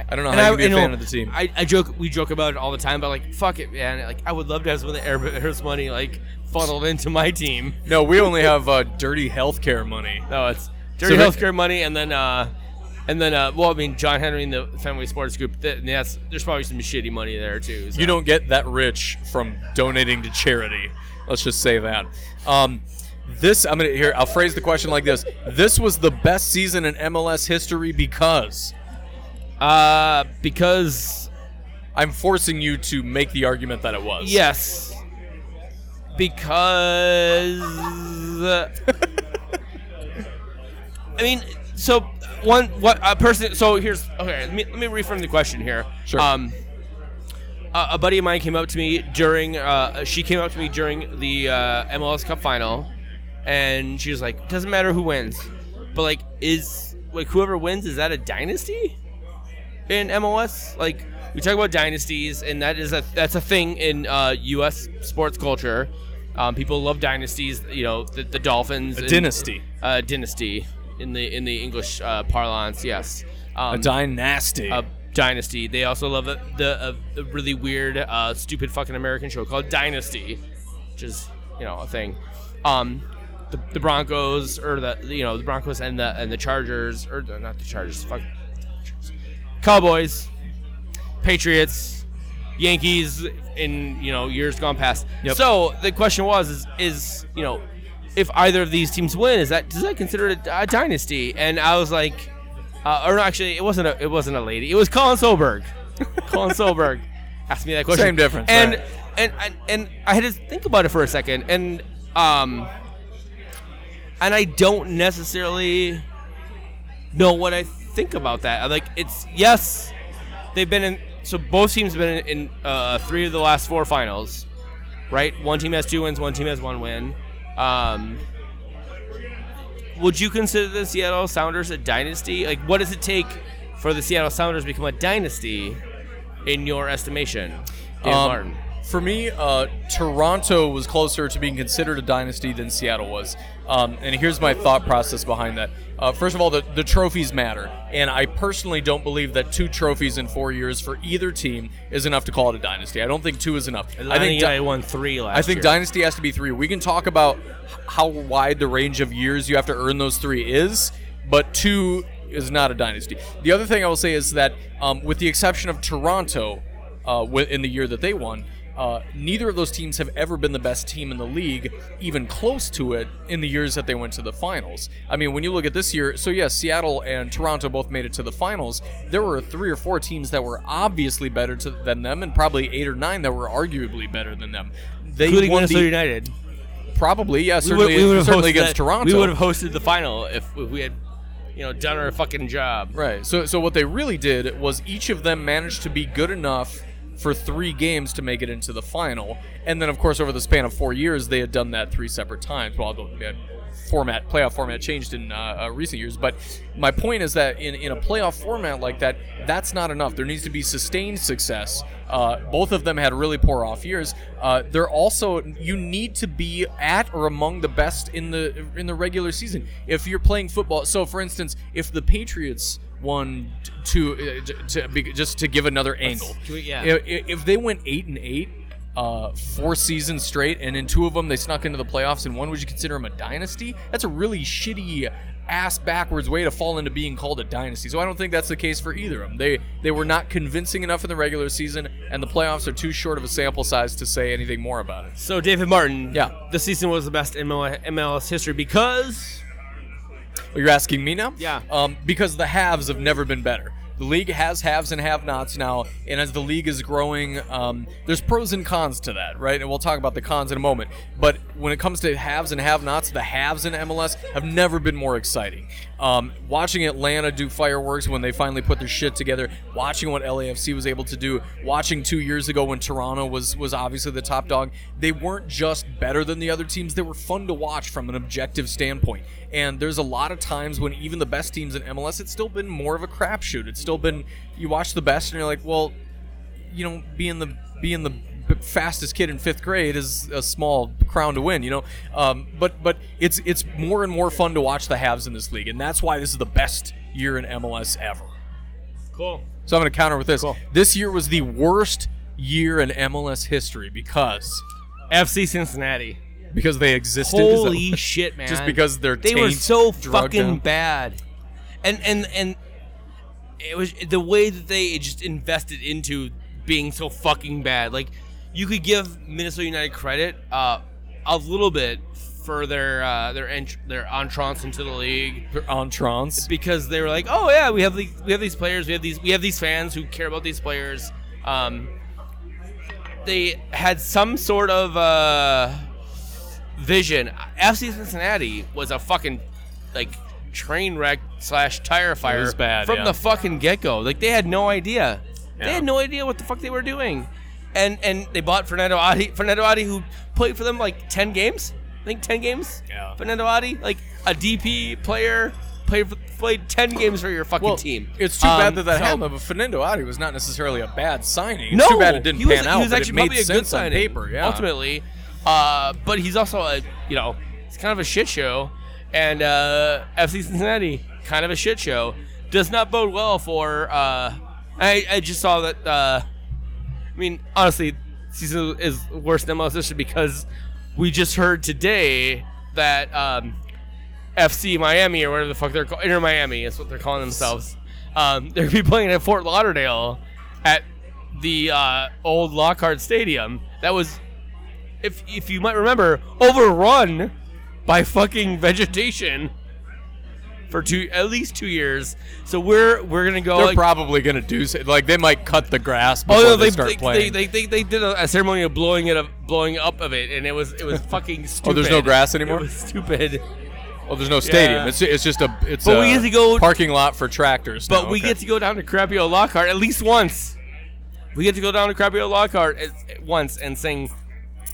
Speaker 2: I don't know
Speaker 1: And
Speaker 2: how
Speaker 1: I-
Speaker 2: you can be
Speaker 1: you
Speaker 2: a
Speaker 1: know,
Speaker 2: fan of the team.
Speaker 1: I, I joke, we joke about it all the time, but like, fuck it, man. Like, I would love to have some of the Arab Emirates money like funneled into my team.
Speaker 2: no, we only have uh, dirty healthcare money.
Speaker 1: No, it's dirty
Speaker 2: So that-
Speaker 1: healthcare money, and then uh, and then uh, well, I mean, John Henry and the Fenway Sports Group. That, and that's there's probably some shitty money there too. so.
Speaker 2: You don't get that rich from donating to charity. Let's just say that. Um, this I'm gonna here. I'll phrase the question like this: This was the best season in MLS history because
Speaker 1: uh, because
Speaker 2: I'm forcing you to make the argument that it was.
Speaker 1: yes, because uh, I mean, so one what a person. So here's okay. Let me let me reframe the question here.
Speaker 2: Sure.
Speaker 1: Um, a, a buddy of mine came up to me during. Uh, she came up to me during the uh, MLS Cup final, and she was like, "Doesn't matter who wins, but like, is like whoever wins is that a dynasty in MLS? Like, we talk about dynasties, and that is a that's a thing in uh, U.S. sports culture. Um, people love dynasties. You know, the, the Dolphins,
Speaker 2: a
Speaker 1: and-
Speaker 2: dynasty,
Speaker 1: uh, dynasty in the in the English uh, parlance. Yes, um,
Speaker 2: a dynasty.
Speaker 1: a Dynasty. They also love the, the, uh, the really weird, uh, stupid fucking American show called Dynasty, which is you know a thing. Um, the, the Broncos or the you know the Broncos and the and the Chargers or the- not the Chargers, fuck, Cowboys, Patriots, Yankees in you know years gone past. So the question was is is you know if either of these teams win is that does that consider it a, a dynasty? And I was like, uh, or no, actually it wasn't a it wasn't a lady. It was Colin Solberg. Colin Solberg asked me that question.
Speaker 2: Same difference,
Speaker 1: And
Speaker 2: right.
Speaker 1: and, and and I had to think about it for a second and um and I don't necessarily know what I think about that. I Like it's yes, they've been in. So both teams have been in, in uh, three of the last four finals, right? One team has two wins, one team has one win. Um, would you consider the Seattle Sounders a dynasty? Like, what does it take for the Seattle Sounders to become a dynasty, in your estimation, Dan
Speaker 2: Um,
Speaker 1: Martin?
Speaker 2: For me, uh, Toronto was closer to being considered a dynasty than Seattle was. Um, and here's my thought process behind that. Uh, first of all, the, the trophies matter. And I personally don't believe that two trophies in four years for either team is enough to call it a dynasty. I don't think two is enough. I
Speaker 1: I think
Speaker 2: think di-
Speaker 1: I won three last.
Speaker 2: I think
Speaker 1: year.
Speaker 2: dynasty has to be three. We can talk about h- how wide the range of years you have to earn those three is, but two is not a dynasty. The other thing I will say is that, um, with the exception of Toronto, uh, wi- in the year that they won, uh, neither of those teams have ever been the best team in the league, even close to it, in the years that they went to the finals. I mean, when you look at this year, so yes, Seattle and Toronto both made it to the finals. There were three or four teams that were obviously better to, than them, and probably eight or nine that were arguably better than them. They
Speaker 1: including
Speaker 2: won the-
Speaker 1: Minnesota United.
Speaker 2: Probably, yeah,
Speaker 1: We would-
Speaker 2: certainly,
Speaker 1: we would have hosted
Speaker 2: certainly against
Speaker 1: that-
Speaker 2: Toronto.
Speaker 1: We would have hosted the final if, if we had, you know, done our fucking job.
Speaker 2: Right. So, so what they really did was each of them managed to be good enough for three games to make it into the final, and then of course over the span of four years they had done that three separate times. While the uh, format, playoff format, changed in uh, uh, recent years, but my point is that in in a playoff format like that, that's not enough. There needs to be sustained success. Uh, both of them had really poor off years. Uh, they're also you need to be at or among the best in the in the regular season. If you're playing football, so for instance, if the Patriots won t- to, uh, j- to be, just to give another angle,
Speaker 1: do it, yeah.
Speaker 2: I- i- If, they went eight and eight. Uh, four seasons straight, and in two of them they snuck into the playoffs. And one, would you consider them a dynasty? That's a really shitty, ass backwards way to fall into being called a dynasty. So I don't think that's the case for either of them. They they were not convincing enough in the regular season, and the playoffs are too short of a sample size to say anything more about it.
Speaker 1: So David Martin,
Speaker 2: Yeah.
Speaker 1: the season was the best in ML- MLS history because
Speaker 2: Well, you're asking me now?
Speaker 1: Yeah.
Speaker 2: Um, because the haves have never been better. The league has haves and have-nots now, and as the league is growing, um, there's pros and cons to that, right? And we'll talk about the cons in a moment. But when it comes to haves and have-nots, the haves in MLS have never been more exciting. Um, watching Atlanta do fireworks when they finally put their shit together, watching what LAFC was able to do, watching two years ago when Toronto was was obviously the top dog. They weren't just better than the other teams; they were fun to watch from an objective standpoint. And there's a lot of times when even the best teams in MLS, it's still been more of a crapshoot. It's still been you watch the best and you're like, well, you know, being the being the b- fastest kid in fifth grade is a small crown to win, you know. Um, but but it's it's more and more fun to watch the halves in this league, and that's why this is the best year in MLS ever.
Speaker 1: cool.
Speaker 2: So I'm going to counter with this. This year was the worst year in MLS history because
Speaker 1: FC Cincinnati.
Speaker 2: because they existed. Is that-
Speaker 1: Holy shit, man!
Speaker 2: Just because their
Speaker 1: they were
Speaker 2: taint
Speaker 1: so
Speaker 2: drugged
Speaker 1: fucking
Speaker 2: them.
Speaker 1: bad, and and and it was the way that they just invested into being so fucking bad. Like you could give Minnesota United credit uh, a little bit for their uh, their entr- their entrance into the league.
Speaker 2: Their entrance.
Speaker 1: because they were like, "Oh yeah, we have these, we have these players, we have these, we have these fans who care about these players." Um, they had some sort of uh, vision. FC Cincinnati was a fucking like train wreck slash tire fire
Speaker 2: was bad,
Speaker 1: from
Speaker 2: yeah.
Speaker 1: the fucking get go. Like they had no idea. They
Speaker 2: Yeah.
Speaker 1: had no idea what the fuck they were doing, and and they bought Fernando Adi, Fernando Adi, who played for them like ten games. I think ten games.
Speaker 2: Yeah.
Speaker 1: Fernando Adi, like a DP player, played for, played ten games for your fucking
Speaker 2: Well,
Speaker 1: team.
Speaker 2: It's too
Speaker 1: Um,
Speaker 2: bad that that
Speaker 1: so-
Speaker 2: happened, but Fernando Adi was not necessarily a bad signing. It's
Speaker 1: No,
Speaker 2: too bad it didn't
Speaker 1: he was,
Speaker 2: pan
Speaker 1: he
Speaker 2: out.
Speaker 1: was
Speaker 2: but
Speaker 1: actually
Speaker 2: it made
Speaker 1: probably a
Speaker 2: sense
Speaker 1: good signing,
Speaker 2: on paper. Yeah.
Speaker 1: ultimately. Uh, but he's also a you know it's kind of a shit show, and uh, FC Cincinnati kind of a shit show does not bode well for uh, I, I just saw that. Uh, I mean, honestly, season is worse than most this because we just heard today that um, FC Miami or whatever the fuck they're called, Inter Miami is what they're calling themselves. Um, they're gonna be playing at Fort Lauderdale at the uh, old Lockhart Stadium. That was, if if you might remember, overrun by fucking vegetation for two at least two years. So we're we're gonna go.
Speaker 2: They're
Speaker 1: like-
Speaker 2: probably gonna do so- like they might cut the grass before
Speaker 1: Oh no!
Speaker 2: they,
Speaker 1: They
Speaker 2: start
Speaker 1: they, they,
Speaker 2: playing.
Speaker 1: they, they they did a, a ceremony of blowing it up, blowing up of it, and it was it was fucking stupid.
Speaker 2: Oh, there's no grass anymore?
Speaker 1: It was stupid.
Speaker 2: oh, there's no stadium.
Speaker 1: Yeah.
Speaker 2: It's it's just a it's
Speaker 1: But
Speaker 2: a
Speaker 1: we get to go-
Speaker 2: parking lot for tractors.
Speaker 1: But
Speaker 2: now.
Speaker 1: we
Speaker 2: Oh, Okay.
Speaker 1: get to go down to Crappy Old Lockhart at least once. We get to go down to Crappy Old Lockhart at, at once and sing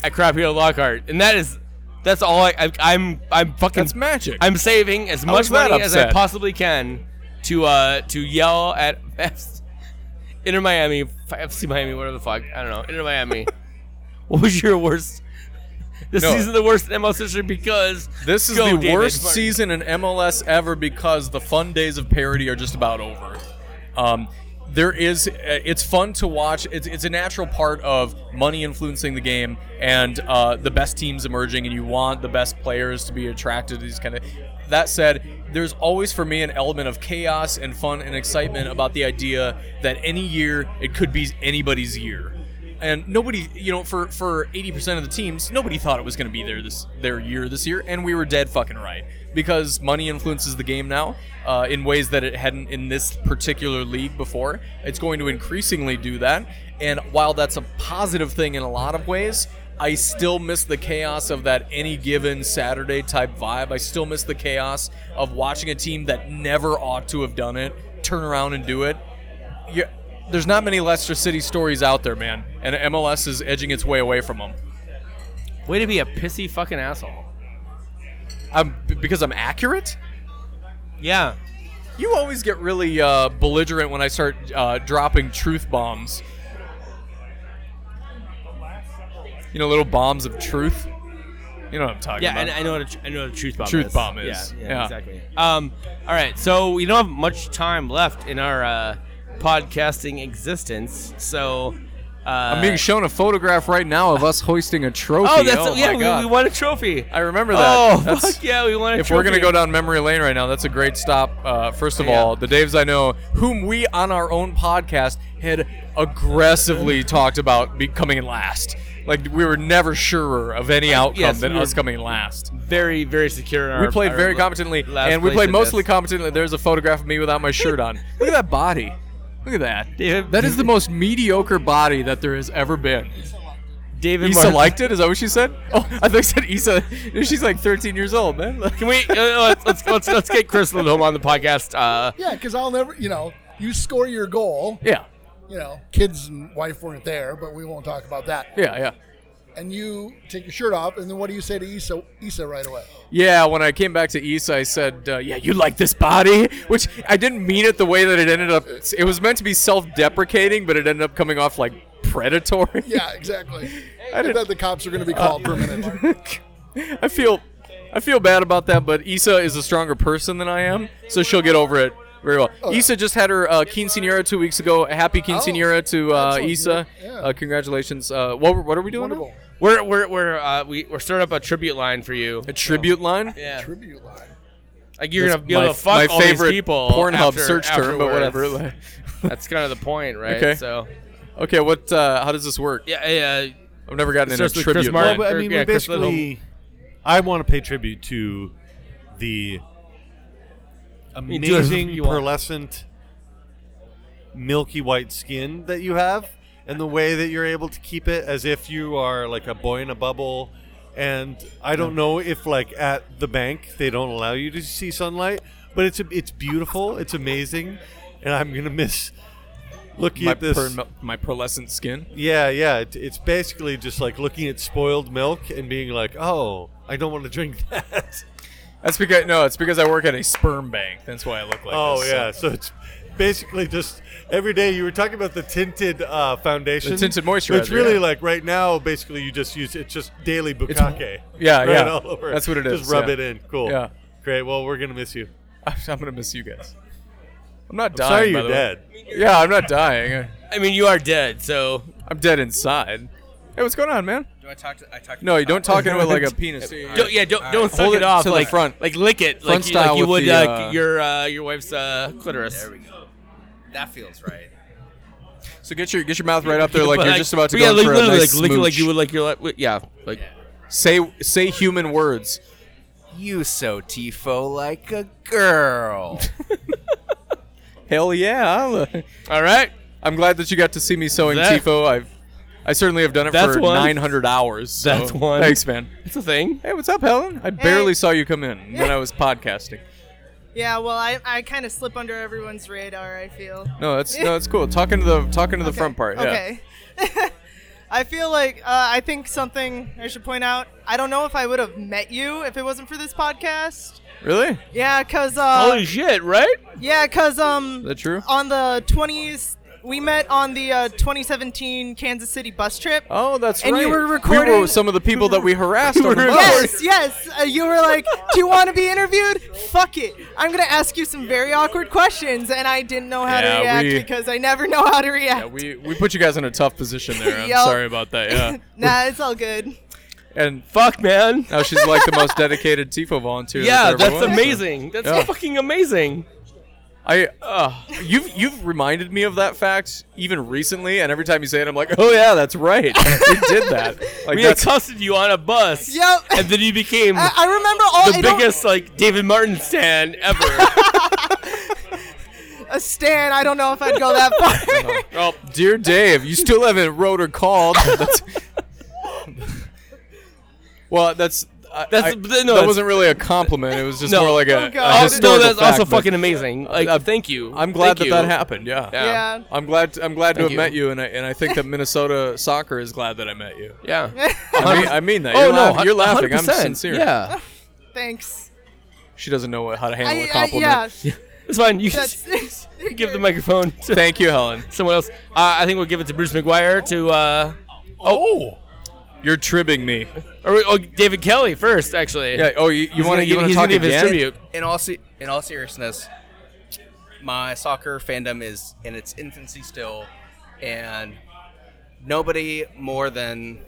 Speaker 1: at Crappy Old Lockhart, and that is that's all I, I I'm I'm fucking
Speaker 2: that's magic.
Speaker 1: I'm saving as
Speaker 2: is
Speaker 1: much
Speaker 2: that
Speaker 1: money as I
Speaker 2: upset?
Speaker 1: possibly can to uh to yell at F- Inter Miami, FC Miami, whatever the fuck. I don't know. Inter Miami. what was your worst? This
Speaker 2: No.
Speaker 1: season the worst in MLS history because
Speaker 2: this is
Speaker 1: Go,
Speaker 2: the
Speaker 1: David
Speaker 2: worst
Speaker 1: Martin.
Speaker 2: season in MLS ever because the fun days of parody are just about over. Um, there is, uh, it's fun to watch. It's, it's a natural part of money influencing the game and uh, the best teams emerging, and you want the best players to be attracted to these kind of. That said, there's always for me an element of chaos and fun and excitement about the idea that any year it could be anybody's year and nobody you know for for 80% of the teams nobody thought it was going to be their this their year this year and we were dead fucking right because money influences the game now uh, in ways that it hadn't in this particular league before it's going to increasingly do that and while that's a positive thing in a lot of ways I still miss the chaos of that any given Saturday type vibe. I still miss the chaos of watching a team that never ought to have done it turn around and do it you there's not many Leicester City stories out there, man, and MLS is edging its way away from them.
Speaker 1: way to be a pissy fucking asshole.
Speaker 2: I'm b- because I'm accurate.
Speaker 1: Yeah.
Speaker 2: You always get really uh, belligerent when I start uh, dropping truth bombs. You know, little bombs of truth. You know what I'm talking
Speaker 1: Yeah,
Speaker 2: about.
Speaker 1: and I know what a, tr- I know what a truth bomb
Speaker 2: Truth
Speaker 1: is.
Speaker 2: bomb is.
Speaker 1: Yeah, yeah,
Speaker 2: Yeah.
Speaker 1: exactly. Um, all right, so we don't have much time left in our uh, podcasting existence, so. Uh,
Speaker 2: I'm being shown a photograph right now of us hoisting a trophy.
Speaker 1: Oh, that's
Speaker 2: oh
Speaker 1: yeah.
Speaker 2: my God.
Speaker 1: We, we won a trophy.
Speaker 2: I remember that.
Speaker 1: Oh
Speaker 2: That's-
Speaker 1: fuck yeah, we won a
Speaker 2: if
Speaker 1: trophy.
Speaker 2: we're gonna go down memory lane right now, that's a great stop. Uh, first of
Speaker 1: Yeah.
Speaker 2: all, the Daves I know, whom we on our own podcast had aggressively talked about be coming in last. Like we were never surer of any outcome
Speaker 1: yes,
Speaker 2: than
Speaker 1: we
Speaker 2: us
Speaker 1: were-
Speaker 2: coming last.
Speaker 1: very very secure. In our,
Speaker 2: We played
Speaker 1: our
Speaker 2: very
Speaker 1: la-
Speaker 2: competently,
Speaker 1: last
Speaker 2: and we
Speaker 1: place
Speaker 2: played
Speaker 1: in
Speaker 2: mostly
Speaker 1: this.
Speaker 2: competently. There's a photograph of me without my shirt on. Look at that body. Look at that.
Speaker 1: David-
Speaker 2: that is the most mediocre body that there has ever been.
Speaker 1: David
Speaker 2: Issa
Speaker 1: Martin.
Speaker 2: liked it. Is that what she said? Oh, I thought you said Issa. She's like 13 years old, man.
Speaker 1: Can we uh, let's, let's let's let's get Chris Lindholm on the podcast? Uh,
Speaker 5: Yeah, because I'll never, you know, you score your goal.
Speaker 2: Yeah,
Speaker 5: You know, kids and wife weren't there, but we won't talk about that.
Speaker 2: yeah, yeah.
Speaker 5: And you take your shirt off, and then what do you say to Issa, Issa right away?
Speaker 2: Yeah, when I came back to East, I said, uh, "Yeah, you like this body," which I didn't mean it the way that it ended up. It was meant to be self-deprecating, but it ended up coming off like predatory.
Speaker 5: Yeah, exactly.
Speaker 2: I
Speaker 5: I
Speaker 2: didn't-
Speaker 5: thought the cops were going to be called for a minute.
Speaker 2: I feel, I feel bad about that, but Issa is a stronger person than I am, so she'll get over it very well.
Speaker 5: Oh,
Speaker 2: Issa just had her uh, quinceanera two weeks ago. Happy quinceanera to uh,
Speaker 5: excellent.
Speaker 2: Issa.
Speaker 5: Yeah.
Speaker 2: Uh, congratulations. Uh, what, what are we doing? now?
Speaker 5: Wonderful
Speaker 1: we're we're we're uh, we we're starting up a tribute line for you.
Speaker 2: A tribute line.
Speaker 1: Yeah,
Speaker 5: tribute line.
Speaker 1: like you're
Speaker 2: That's
Speaker 1: gonna be able
Speaker 2: my-
Speaker 1: to fuck
Speaker 2: my
Speaker 1: all these
Speaker 2: favorite
Speaker 1: people.
Speaker 2: Pornhub
Speaker 1: after-
Speaker 2: search term, but
Speaker 1: afterwards.
Speaker 2: whatever. Like-
Speaker 1: That's kind of the point, right?
Speaker 2: Okay.
Speaker 1: So
Speaker 2: okay, what? Uh, how does this work?
Speaker 1: yeah, yeah.
Speaker 2: I've never gotten in a
Speaker 1: Starts with Chris
Speaker 2: tribute.
Speaker 1: Martin.
Speaker 2: line.
Speaker 4: Well, Oh, but I
Speaker 1: or,
Speaker 4: mean,
Speaker 1: yeah,
Speaker 4: we
Speaker 1: Chris Little.
Speaker 4: basically, I want to pay tribute to the
Speaker 1: mean, do whatever
Speaker 4: amazing
Speaker 1: you want.
Speaker 4: pearlescent milky white skin that you have and the way that you're able to keep it as if you are like a boy in a bubble and I don't know if like at the bank they don't allow you to see sunlight but it's it's beautiful it's amazing and I'm going to miss looking
Speaker 2: my,
Speaker 4: at this
Speaker 2: per, my pearlescent skin.
Speaker 4: Yeah, yeah. It, it's basically just like looking at spoiled milk and being like, "Oh, I don't want to drink that."
Speaker 2: That's because no, it's because I work at a sperm bank. That's why I look like.
Speaker 4: oh
Speaker 2: this.
Speaker 4: yeah. So it's basically just every day. You were talking about the tinted uh, foundation,
Speaker 2: The tinted moisturizer,
Speaker 4: It's really
Speaker 2: yeah.
Speaker 4: like right now. Basically, you just use it's just daily
Speaker 2: It's-
Speaker 4: bukake.
Speaker 2: yeah,
Speaker 4: right
Speaker 2: yeah.
Speaker 4: All over.
Speaker 2: That's what it
Speaker 4: Just
Speaker 2: is,
Speaker 4: rub
Speaker 2: yeah.
Speaker 4: it in. Cool.
Speaker 2: Yeah.
Speaker 4: Great. Well, we're gonna miss you.
Speaker 2: I'm gonna miss you guys. I'm not dying.
Speaker 4: Sorry,
Speaker 2: by
Speaker 4: you're
Speaker 2: the way.
Speaker 4: dead.
Speaker 2: Yeah, I'm not dying.
Speaker 1: I mean, you are dead, so
Speaker 2: I'm dead inside. Hey, what's going on, man?
Speaker 6: Do I talk to? I talk. To
Speaker 2: No,
Speaker 6: the
Speaker 2: you don't
Speaker 6: top.
Speaker 2: talk into it like a penis.
Speaker 1: don't, yeah, don't don't suck
Speaker 2: Hold
Speaker 1: it,
Speaker 2: it
Speaker 1: off
Speaker 2: to the
Speaker 1: like
Speaker 2: front.
Speaker 1: like lick it
Speaker 2: Front
Speaker 1: like you, like
Speaker 2: style
Speaker 1: you
Speaker 2: with
Speaker 1: would
Speaker 2: the,
Speaker 1: uh,
Speaker 2: uh,
Speaker 1: your uh, your wife's uh, clitoris.
Speaker 6: There we go. That feels right.
Speaker 2: So get your get your mouth right up there, like
Speaker 1: But,
Speaker 2: you're just about to
Speaker 1: but
Speaker 2: go
Speaker 1: yeah,
Speaker 2: in
Speaker 1: like,
Speaker 2: for a
Speaker 1: literally,
Speaker 2: nice
Speaker 1: like lick it like
Speaker 2: smooch.
Speaker 1: you would like your li- yeah like
Speaker 2: Say say human words.
Speaker 6: You so tifo like a girl.
Speaker 2: Hell yeah! I'll-
Speaker 1: all right.
Speaker 2: I'm glad that you got to see me sewing
Speaker 1: That-
Speaker 2: tifo. I've I certainly have done it
Speaker 1: That's
Speaker 2: for
Speaker 1: one.
Speaker 2: 900 hours. so
Speaker 1: That's one.
Speaker 2: Thanks, man.
Speaker 1: It's a thing.
Speaker 2: Hey, what's up, Helen? I barely saw you come in when I was podcasting.
Speaker 7: Yeah, well, I, I kind of slip under everyone's radar, I feel.
Speaker 2: No, that's no, that's cool. Talking to the talking to the front part. Yeah.
Speaker 7: Okay. I feel like uh, I think something I should point out. I don't know if I would have met you if it wasn't for this podcast.
Speaker 2: Really? Is
Speaker 7: Yeah, cause
Speaker 1: Holy
Speaker 7: uh,
Speaker 1: shit! Right?
Speaker 7: yeah, cause um,
Speaker 2: that true?
Speaker 7: on the 20s, we met on the uh, 2017 Kansas City bus trip.
Speaker 2: Oh, that's
Speaker 7: And
Speaker 2: right.
Speaker 7: you were
Speaker 2: We were
Speaker 7: recording-
Speaker 2: some of the people that we harassed on the bus.
Speaker 7: Yes, yes. Uh, you were like, "Do you want to be interviewed? Fuck it. I'm gonna ask you some very awkward questions," and I didn't know how
Speaker 2: Yeah,
Speaker 7: to react
Speaker 2: we-
Speaker 7: because I never know how to react.
Speaker 2: Yeah, we, we put you guys in a tough position there. I'm
Speaker 7: Yup.
Speaker 2: sorry about that. Yeah.
Speaker 7: nah, it's all good.
Speaker 2: And
Speaker 1: Fuck, man.
Speaker 2: now she's like the most dedicated TIFO volunteer.
Speaker 1: Yeah,
Speaker 2: that there ever
Speaker 1: that's
Speaker 2: was.
Speaker 1: amazing. That's
Speaker 2: Yeah.
Speaker 1: fucking amazing.
Speaker 2: I uh, you've you've reminded me of that fact even recently, and every time you say it, I'm like, oh yeah, that's right. we did that. Like
Speaker 1: We
Speaker 2: that's Ah,
Speaker 1: accosted you on a bus.
Speaker 7: Yep.
Speaker 1: And then you became
Speaker 7: I, I remember all
Speaker 1: the
Speaker 7: I don't-
Speaker 1: biggest like David Martin stan ever.
Speaker 7: a Stan. I don't know if I'd go that far.
Speaker 1: oh,
Speaker 2: dear Dave. You still haven't wrote or called. That's- well, that's I,
Speaker 1: That's-
Speaker 2: I-
Speaker 1: no,
Speaker 2: that
Speaker 1: that's-
Speaker 2: wasn't really a compliment. It was just
Speaker 1: No.
Speaker 2: more like a,
Speaker 7: Oh,
Speaker 2: a
Speaker 7: God.
Speaker 1: oh, no,
Speaker 2: historical
Speaker 1: that's
Speaker 2: fact,
Speaker 1: also
Speaker 2: but
Speaker 1: fucking amazing. Like, uh,
Speaker 2: I'm-
Speaker 1: thank you.
Speaker 2: I'm
Speaker 1: Thank
Speaker 2: glad that
Speaker 1: you.
Speaker 2: that happened. Yeah.
Speaker 7: Yeah.
Speaker 2: I'm glad. I'm glad to
Speaker 1: Thank
Speaker 2: have
Speaker 1: you.
Speaker 2: met you, and I and I think that Minnesota soccer is glad that I met you.
Speaker 1: Yeah.
Speaker 2: I mean, I mean that.
Speaker 1: oh
Speaker 2: you're
Speaker 1: no,
Speaker 2: laugh-
Speaker 1: hun-
Speaker 2: you're laughing. i am
Speaker 1: 100%.
Speaker 2: sincere.
Speaker 1: Yeah,
Speaker 7: Thanks.
Speaker 2: She doesn't know what- how to handle a
Speaker 7: I, I,
Speaker 2: compliment.
Speaker 7: yeah.
Speaker 1: it's fine. You can
Speaker 7: That's,
Speaker 1: give the microphone to
Speaker 2: Thank you, Helen.
Speaker 1: someone else. Uh, I think we'll give it to Bruce McGuire to uh,
Speaker 2: Oh, you're tribbing me.
Speaker 1: or, or David Kelly first, actually.
Speaker 2: Yeah. Oh, you, you want to
Speaker 1: He's gonna give-
Speaker 2: you
Speaker 1: he's
Speaker 2: talk
Speaker 1: gonna give his
Speaker 2: again?
Speaker 1: tribute.
Speaker 6: In all se- in all seriousness, my soccer fandom is in its infancy still, and nobody more than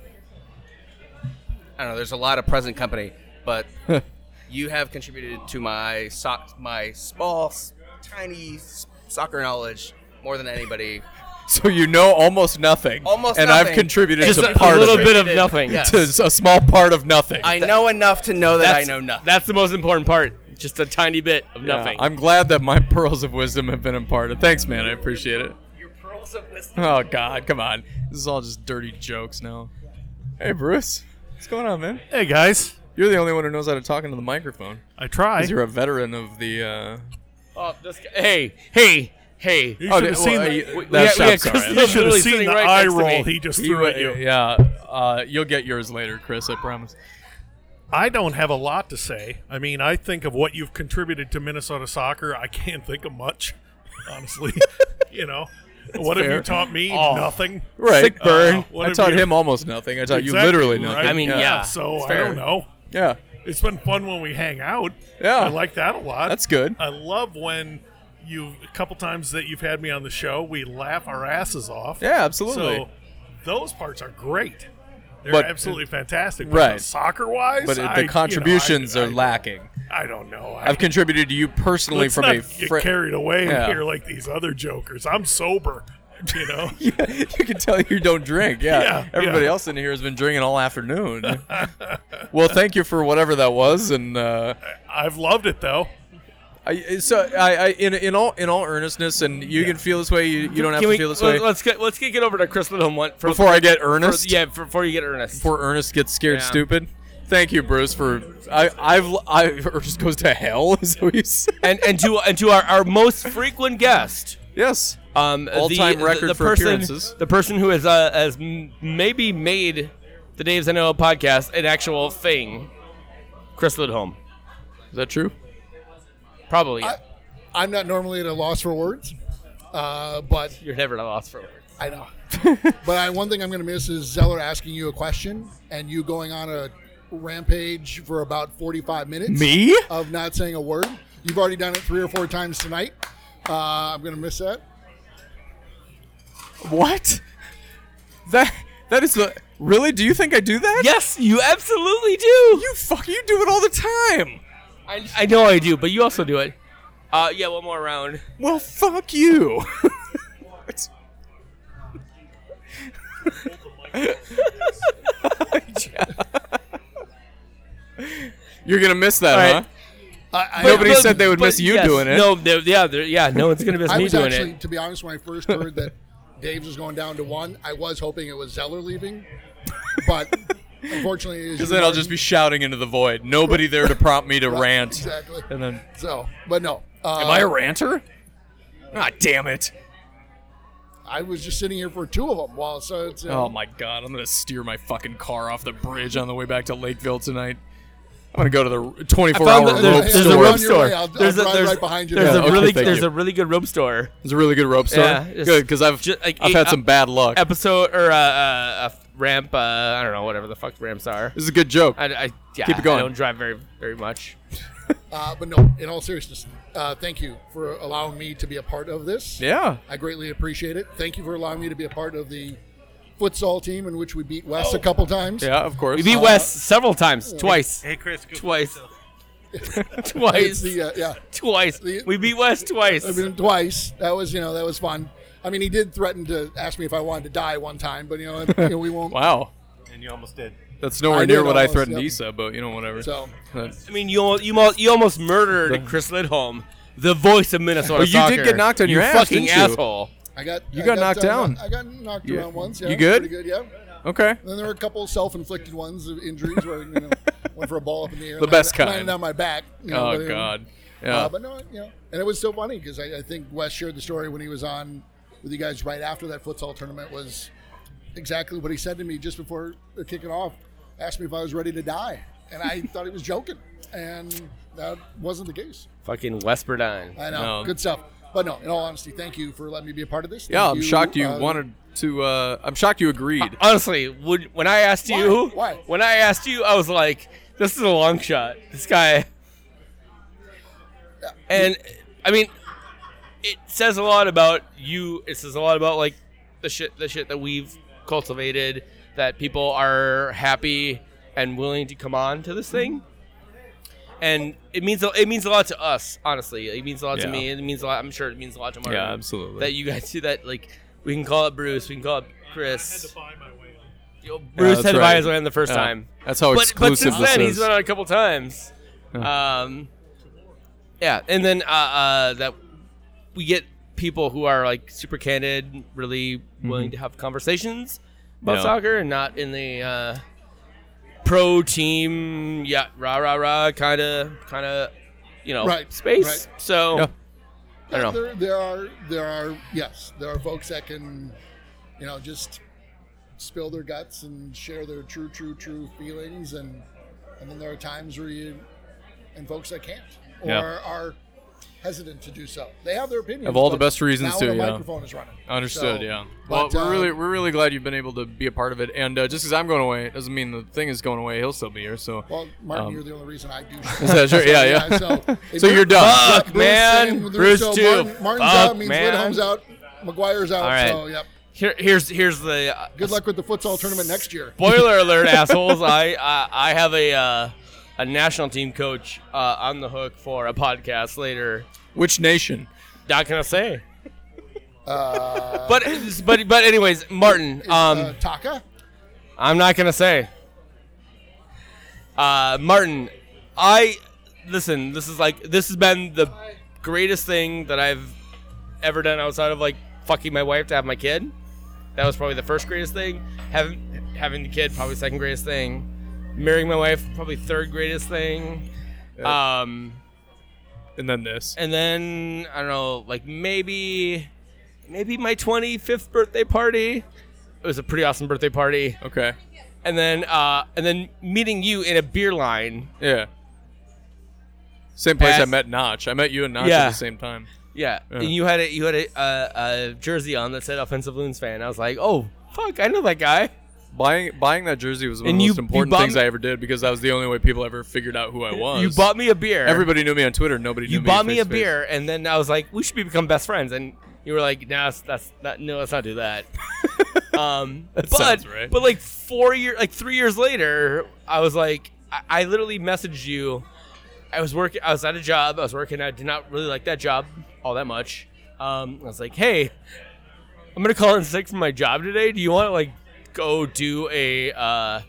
Speaker 6: I don't know. There's a lot of present company, but you have contributed to my so- my small, s- tiny s- soccer knowledge more than anybody.
Speaker 2: So you know almost nothing.
Speaker 6: Almost
Speaker 2: And I've
Speaker 6: nothing.
Speaker 2: contributed
Speaker 1: Just
Speaker 2: to
Speaker 1: a,
Speaker 2: part
Speaker 1: a little
Speaker 2: of it.
Speaker 1: bit of
Speaker 6: Yes.
Speaker 1: nothing.
Speaker 6: Yeah.
Speaker 2: To s- a small part of nothing.
Speaker 6: I know enough to know that I know nothing.
Speaker 1: That's the most important part. Just a tiny bit of
Speaker 2: Yeah,
Speaker 1: nothing.
Speaker 2: I'm glad that my pearls of wisdom have been imparted. Thanks, man. I appreciate it.
Speaker 6: Your pearls of wisdom.
Speaker 2: Oh God, come on. This is all just dirty jokes now. Hey, Bruce. What's going on, man?
Speaker 8: Hey guys,
Speaker 2: You're the only one who knows how to talk into the microphone.
Speaker 8: I try.
Speaker 2: 'Cause You're a veteran of the. Uh...
Speaker 1: oh, this guy, hey, hey, hey.
Speaker 8: You should
Speaker 2: d-
Speaker 8: have seen
Speaker 2: well,
Speaker 8: the,
Speaker 2: uh,
Speaker 8: you
Speaker 2: that's-
Speaker 1: yeah,
Speaker 2: I'm sorry.
Speaker 1: Chris-
Speaker 8: should have
Speaker 1: literally
Speaker 8: seen
Speaker 1: sitting
Speaker 8: the
Speaker 1: right
Speaker 8: eye
Speaker 1: next to
Speaker 8: roll
Speaker 1: me.
Speaker 8: he just
Speaker 2: He
Speaker 8: threw
Speaker 2: wa-
Speaker 8: at you.
Speaker 2: Yeah, uh, you'll get yours later, Chris. I promise.
Speaker 8: I don't have a lot to say. I mean, I think of what you've contributed to Minnesota soccer. I can't think of much, honestly. you know, what have
Speaker 2: fair. Oh.
Speaker 8: you taught me? Nothing.
Speaker 2: Right.
Speaker 1: Sick burn.
Speaker 8: Uh, what
Speaker 2: I
Speaker 8: have
Speaker 2: taught
Speaker 8: you-
Speaker 2: him almost nothing. I taught you
Speaker 8: Exactly,
Speaker 2: literally nothing.
Speaker 8: right?
Speaker 1: I mean, yeah.
Speaker 8: So I
Speaker 2: fair.
Speaker 8: don't know.
Speaker 2: Yeah.
Speaker 8: It's been fun when we hang out.
Speaker 2: Yeah.
Speaker 8: I like that a lot.
Speaker 2: That's good.
Speaker 8: I love when you a couple times that you've had me on the show, we laugh our asses off.
Speaker 2: Yeah, absolutely.
Speaker 8: So those parts are great. They're
Speaker 2: But- uh,
Speaker 8: absolutely fantastic.
Speaker 2: Right.
Speaker 8: Soccer wise,
Speaker 2: but the contributions are lacking.
Speaker 8: I don't know. I,
Speaker 2: I've contributed to you personally
Speaker 8: let's
Speaker 2: from
Speaker 8: not
Speaker 2: a
Speaker 8: get
Speaker 2: friend.
Speaker 8: carried away
Speaker 2: Yeah.
Speaker 8: here like these other jokers. I'm sober. You know,
Speaker 2: yeah, you can tell you don't drink. Yeah.
Speaker 8: Yeah,
Speaker 2: Everybody
Speaker 8: yeah.
Speaker 2: else in here has been drinking all afternoon. well, thank you for whatever that was, and uh,
Speaker 8: I've loved it though.
Speaker 2: I, so I, I in, in all in all earnestness, and you can feel this way. You, you don't have
Speaker 1: Can
Speaker 2: to
Speaker 1: we,
Speaker 2: feel this
Speaker 1: let-
Speaker 2: way.
Speaker 1: Let's get let's kick it over to Chris Little one for,
Speaker 2: Before I get
Speaker 1: for,
Speaker 2: earnest,
Speaker 1: yeah for, before you get earnest.
Speaker 2: Before Ernest gets scared
Speaker 1: Yeah.
Speaker 2: stupid. Thank you, Bruce, for I, I've I Ernest goes to hell. Is what you said.
Speaker 1: and and to and to our, our most frequent guest,
Speaker 2: Yes.
Speaker 1: um,
Speaker 2: All-time
Speaker 1: the,
Speaker 2: record
Speaker 1: the, the
Speaker 2: for
Speaker 1: person,
Speaker 2: appearances.
Speaker 1: the person who has uh, has m- maybe made the Dave's NL podcast an actual thing, Chris Lidholm,
Speaker 2: Is that true?
Speaker 1: probably.
Speaker 5: I- I'm not normally at a loss for words, uh, but
Speaker 1: You're never at a loss for words.
Speaker 5: I know. but I, one thing I'm going to miss is Zeller asking you a question and you going on a rampage for about 45 minutes
Speaker 2: Me?
Speaker 5: of not saying a word. You've already done it three or four times tonight. Uh, I'm gonna miss that.
Speaker 2: What? That that is the really? Do you think I do that?
Speaker 1: Yes, you absolutely do.
Speaker 2: You fuck. You do it all the time.
Speaker 1: I, I know I do, but you also do it. Uh, yeah, one more round.
Speaker 2: Well, fuck you. It's- You're gonna miss that,
Speaker 1: All right.
Speaker 2: huh?
Speaker 5: I, I,
Speaker 2: Nobody said they would
Speaker 1: but
Speaker 2: miss you
Speaker 1: yes,
Speaker 2: doing it.
Speaker 1: No, they're- yeah, they're- yeah, no one's gonna miss
Speaker 5: I
Speaker 1: me
Speaker 5: was
Speaker 1: doing
Speaker 5: actually,
Speaker 1: it.
Speaker 5: to be honest, when I first heard that Dave's was going down to one, I was hoping it was Zeller leaving, but unfortunately,
Speaker 2: Because then I'll just be shouting into the void. Nobody there to prompt me to rant.
Speaker 5: exactly.
Speaker 2: And then,
Speaker 5: So, but no, uh,
Speaker 2: am I a ranter? Ah, damn it!
Speaker 5: I was just sitting here for two of them. While so, it's, uh,
Speaker 2: Oh my god, I'm gonna steer my fucking car off the bridge on the way back to Lakeville tonight. I'm gonna go to the 24
Speaker 1: Found
Speaker 2: hour
Speaker 1: the-
Speaker 2: rope
Speaker 1: there's, there's a
Speaker 2: store.
Speaker 5: You're
Speaker 1: rope
Speaker 5: on your
Speaker 1: store.
Speaker 5: way. I'll- I'll
Speaker 1: there's a,
Speaker 5: drive
Speaker 1: there's,
Speaker 5: right behind you.
Speaker 1: there's
Speaker 2: Yeah,
Speaker 1: a
Speaker 2: okay,
Speaker 1: really
Speaker 2: thank
Speaker 1: there's
Speaker 2: you.
Speaker 1: a really good rope store.
Speaker 2: It's a really good rope store.
Speaker 1: Yeah,
Speaker 2: Good,
Speaker 1: it's-
Speaker 2: good, because I've
Speaker 1: just, like,
Speaker 2: I've
Speaker 1: eight-
Speaker 2: had some bad luck.
Speaker 1: Episode or uh, uh, a ramp. Uh, I don't know whatever the fuck ramps are.
Speaker 2: This is a good joke.
Speaker 1: I, I yeah,
Speaker 2: Keep it going.
Speaker 1: I don't drive very very much.
Speaker 5: uh, but no, in all seriousness, uh, thank you for allowing me to be a part of this.
Speaker 2: yeah.
Speaker 5: I greatly appreciate it. Thank you for allowing me to be a part of the futsal team in which we beat West a couple times.
Speaker 2: Oh. Yeah, of course.
Speaker 1: We
Speaker 5: Uh,
Speaker 1: beat West several times, twice,
Speaker 9: Hey, Chris. Go
Speaker 1: twice,
Speaker 5: It's
Speaker 1: twice,
Speaker 5: the, uh, yeah.
Speaker 1: twice.
Speaker 5: the-
Speaker 1: We beat West twice.
Speaker 5: I mean, twice. That was, you know, that was fun. I mean, he did threaten to ask me if I wanted to die one time, but you know, you know, we won't.
Speaker 2: Wow.
Speaker 4: and you almost did.
Speaker 2: That's
Speaker 5: I
Speaker 2: nowhere
Speaker 5: did
Speaker 2: near what I
Speaker 5: almost,
Speaker 2: threatened
Speaker 5: yep.
Speaker 2: Issa, but you know, whatever.
Speaker 5: So,
Speaker 1: I mean, you al- you almost, you almost murdered Chris Lidholm, the voice of Minnesota.
Speaker 2: But you did
Speaker 1: soccer.
Speaker 2: get knocked on
Speaker 1: You
Speaker 2: your ass,
Speaker 1: fucking
Speaker 2: didn't you?
Speaker 1: asshole.
Speaker 5: I got
Speaker 2: You
Speaker 5: I
Speaker 2: got knocked
Speaker 5: uh,
Speaker 2: down.
Speaker 5: I got knocked
Speaker 2: You-
Speaker 5: around once. Yeah,
Speaker 2: you good?
Speaker 5: Pretty good, yeah.
Speaker 2: okay.
Speaker 5: And then there were a couple self-inflicted ones of injuries where you know, went for a ball up in the air,
Speaker 2: The
Speaker 5: landed-
Speaker 2: best kind.
Speaker 5: landed on my back. you know, but
Speaker 2: Oh
Speaker 5: it-
Speaker 2: God.
Speaker 5: Uh,
Speaker 2: Yeah.
Speaker 5: but no, you know, and it was so funny because I, I think Wes shared the story when he was on with you guys right after that futsal tournament was exactly what he said to me just before kicking off. Asked me if I was ready to die, and I thought he was joking, and that wasn't the case.
Speaker 1: Fucking Westberdine.
Speaker 5: I know,
Speaker 2: No.
Speaker 5: good stuff. But no, in all honesty, thank you for letting me be a part of this.
Speaker 2: Yeah.
Speaker 5: Thank
Speaker 2: I'm shocked you
Speaker 5: uh,
Speaker 2: wanted to. Uh, I'm shocked you agreed.
Speaker 1: Honestly, would when I asked
Speaker 5: Why?
Speaker 1: you,
Speaker 5: Why?
Speaker 1: when I asked you, I was like, "This is a long shot. This guy." And I mean, it says a lot about you. It says a lot about like the shit, the shit that we've cultivated. That people are happy and willing to come on to this thing, and it means a- it means a lot to us. Honestly, it means a lot to
Speaker 2: Yeah.
Speaker 1: me. It means a lot. I'm sure it means a lot to Martin.
Speaker 2: Yeah, absolutely.
Speaker 1: That you guys do that. Like we can call it Bruce. We can call it Chris.
Speaker 8: Find my way.
Speaker 1: Yo, Bruce
Speaker 2: that's
Speaker 1: had
Speaker 2: right.
Speaker 1: right. Visor in the first
Speaker 2: Yeah.
Speaker 1: time.
Speaker 2: That's how
Speaker 1: But, but
Speaker 2: exclusive
Speaker 1: since then,
Speaker 2: this
Speaker 1: he's
Speaker 2: is.
Speaker 1: been on a couple times. Um, yeah, and then uh, uh, that we get people who are like super candid, really willing to have conversations about
Speaker 2: Mm-hmm. Yeah.
Speaker 1: soccer, and not in the uh, pro team, yeah, rah rah rah, kind of, kind of, you know,
Speaker 5: Right,
Speaker 1: space.
Speaker 5: right.
Speaker 1: So
Speaker 2: Yeah.
Speaker 1: I don't know.
Speaker 5: There, there are there are yes, there are folks that can, you know, just spill their guts and share their true, true, true feelings, and and then there are times where you and folks that can't or
Speaker 2: Yeah.
Speaker 5: are hesitant to do so. They have their opinions.
Speaker 2: Have all the
Speaker 5: but
Speaker 2: best reasons
Speaker 5: now
Speaker 2: to,
Speaker 5: when a
Speaker 2: yeah.
Speaker 5: microphone is running.
Speaker 2: Understood.
Speaker 5: So,
Speaker 2: yeah.
Speaker 5: but,
Speaker 2: well, we're
Speaker 5: uh,
Speaker 2: really we're really glad you've been able to be a part of it. And uh, just because I'm going away doesn't mean the thing is going away. He'll still be here. So.
Speaker 5: Well, Martin,
Speaker 2: Um,
Speaker 5: you're the only reason I do.
Speaker 2: Is that sure? Yeah, yeah.
Speaker 5: so, if
Speaker 2: So you're done.
Speaker 1: Fuck, man.
Speaker 5: Bruce,
Speaker 1: Bruce
Speaker 5: so
Speaker 1: too.
Speaker 5: Martin, Martin's
Speaker 1: Fuck,
Speaker 5: out means
Speaker 1: man.
Speaker 5: Lidholm's out. McGuire's out.
Speaker 1: All right.
Speaker 5: So yep.
Speaker 1: Here, here's here's the uh,
Speaker 5: Good luck with the futsal tournament next year.
Speaker 1: Spoiler alert, assholes! I, I I have a uh, a national team coach uh, on the hook for a podcast later.
Speaker 2: Which nation?
Speaker 1: Not gonna say,
Speaker 5: Uh,
Speaker 1: but but but anyways, Martin,
Speaker 5: is,
Speaker 1: um,
Speaker 5: uh, Taka.
Speaker 1: I'm not gonna say. Uh, Martin, I listen. This is like this has been the greatest thing that I've ever done outside of like fucking my wife to have my kid. That was probably the first greatest thing. Having having the kid, probably second greatest thing. Marrying my wife, probably third greatest thing. Um,
Speaker 2: And then this.
Speaker 1: and then I don't know, like maybe maybe my 25th birthday party. It was a pretty awesome birthday party
Speaker 2: Okay.
Speaker 1: and then uh, and then meeting you in a beer line.
Speaker 2: Yeah. Same place I
Speaker 1: Ass-
Speaker 2: met Notch. I met you and Notch at
Speaker 1: Yeah.
Speaker 2: the same time.
Speaker 1: Yeah,
Speaker 2: Yeah.
Speaker 1: and you had a you had a, uh, a jersey on that said offensive loons fan. I was like, oh fuck, I know that guy.
Speaker 2: buying buying that jersey was one
Speaker 1: And
Speaker 2: of the
Speaker 1: you-
Speaker 2: most
Speaker 1: you
Speaker 2: important
Speaker 1: bought
Speaker 2: things
Speaker 1: me-
Speaker 2: I ever did because that was the only way people ever figured out who I was.
Speaker 1: You bought me a beer.
Speaker 2: Everybody knew me on Twitter. Nobody
Speaker 1: you
Speaker 2: knew
Speaker 1: bought
Speaker 2: me.
Speaker 1: me a
Speaker 2: face to face.
Speaker 1: beer, and then I was like, we should be become best friends. And you were like, nah, that's, that's not, no, let's not do that. um, but,
Speaker 2: sounds right.
Speaker 1: But like four year, like three years later, I was like, I, I literally messaged you. I was working. I was at a job. I was working. I did not really like that job all that much. Um, I was like, hey, I'm gonna call in sick for my job today. Do you want to like go do a uh,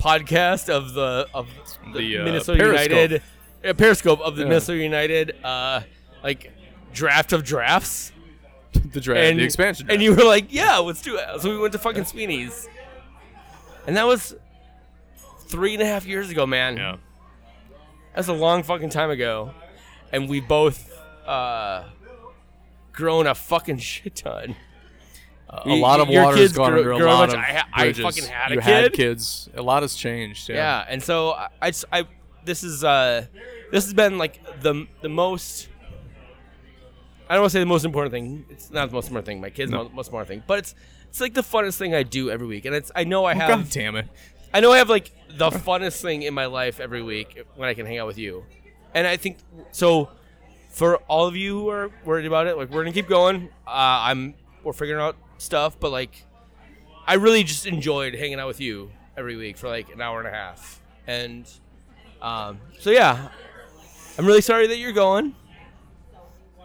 Speaker 1: podcast of the of the,
Speaker 2: The, uh,
Speaker 1: Minnesota
Speaker 2: Periscope.
Speaker 1: United a Periscope of the
Speaker 2: Yeah.
Speaker 1: Minnesota United uh, like draft of drafts
Speaker 2: the draft,
Speaker 1: and
Speaker 2: the expansion,
Speaker 1: and
Speaker 2: draft.
Speaker 1: you were like, yeah, let's do it. So we went to fucking Sweeney's, and that was three and a half years ago, man.
Speaker 2: yeah.
Speaker 1: That's a long fucking time ago, and we both uh, grown a fucking shit ton.
Speaker 2: a lot of
Speaker 1: Your
Speaker 2: water has
Speaker 1: kids
Speaker 2: gone
Speaker 1: grew-
Speaker 2: under a
Speaker 1: grew
Speaker 2: lot
Speaker 1: much.
Speaker 2: of
Speaker 1: I ha- I
Speaker 2: bridges.
Speaker 1: fucking had a
Speaker 2: you had
Speaker 1: kid.
Speaker 2: kids. A lot has changed. Yeah.
Speaker 1: yeah and so I, I s- I- this is uh this has been like the the most i don't want to say the most important thing it's not the most important thing my kids mo- most important thing but it's it's like the funnest thing i do every week and it's i know i have
Speaker 2: God damn it.
Speaker 1: I know I have like the funnest thing in my life every week when I can hang out with you, and I think so. For all of you who are worried about it, like we're gonna keep going. Uh, I'm we're figuring out stuff, but like I really just enjoyed hanging out with you every week for like an hour and a half, and um, so yeah, I'm really sorry that you're going.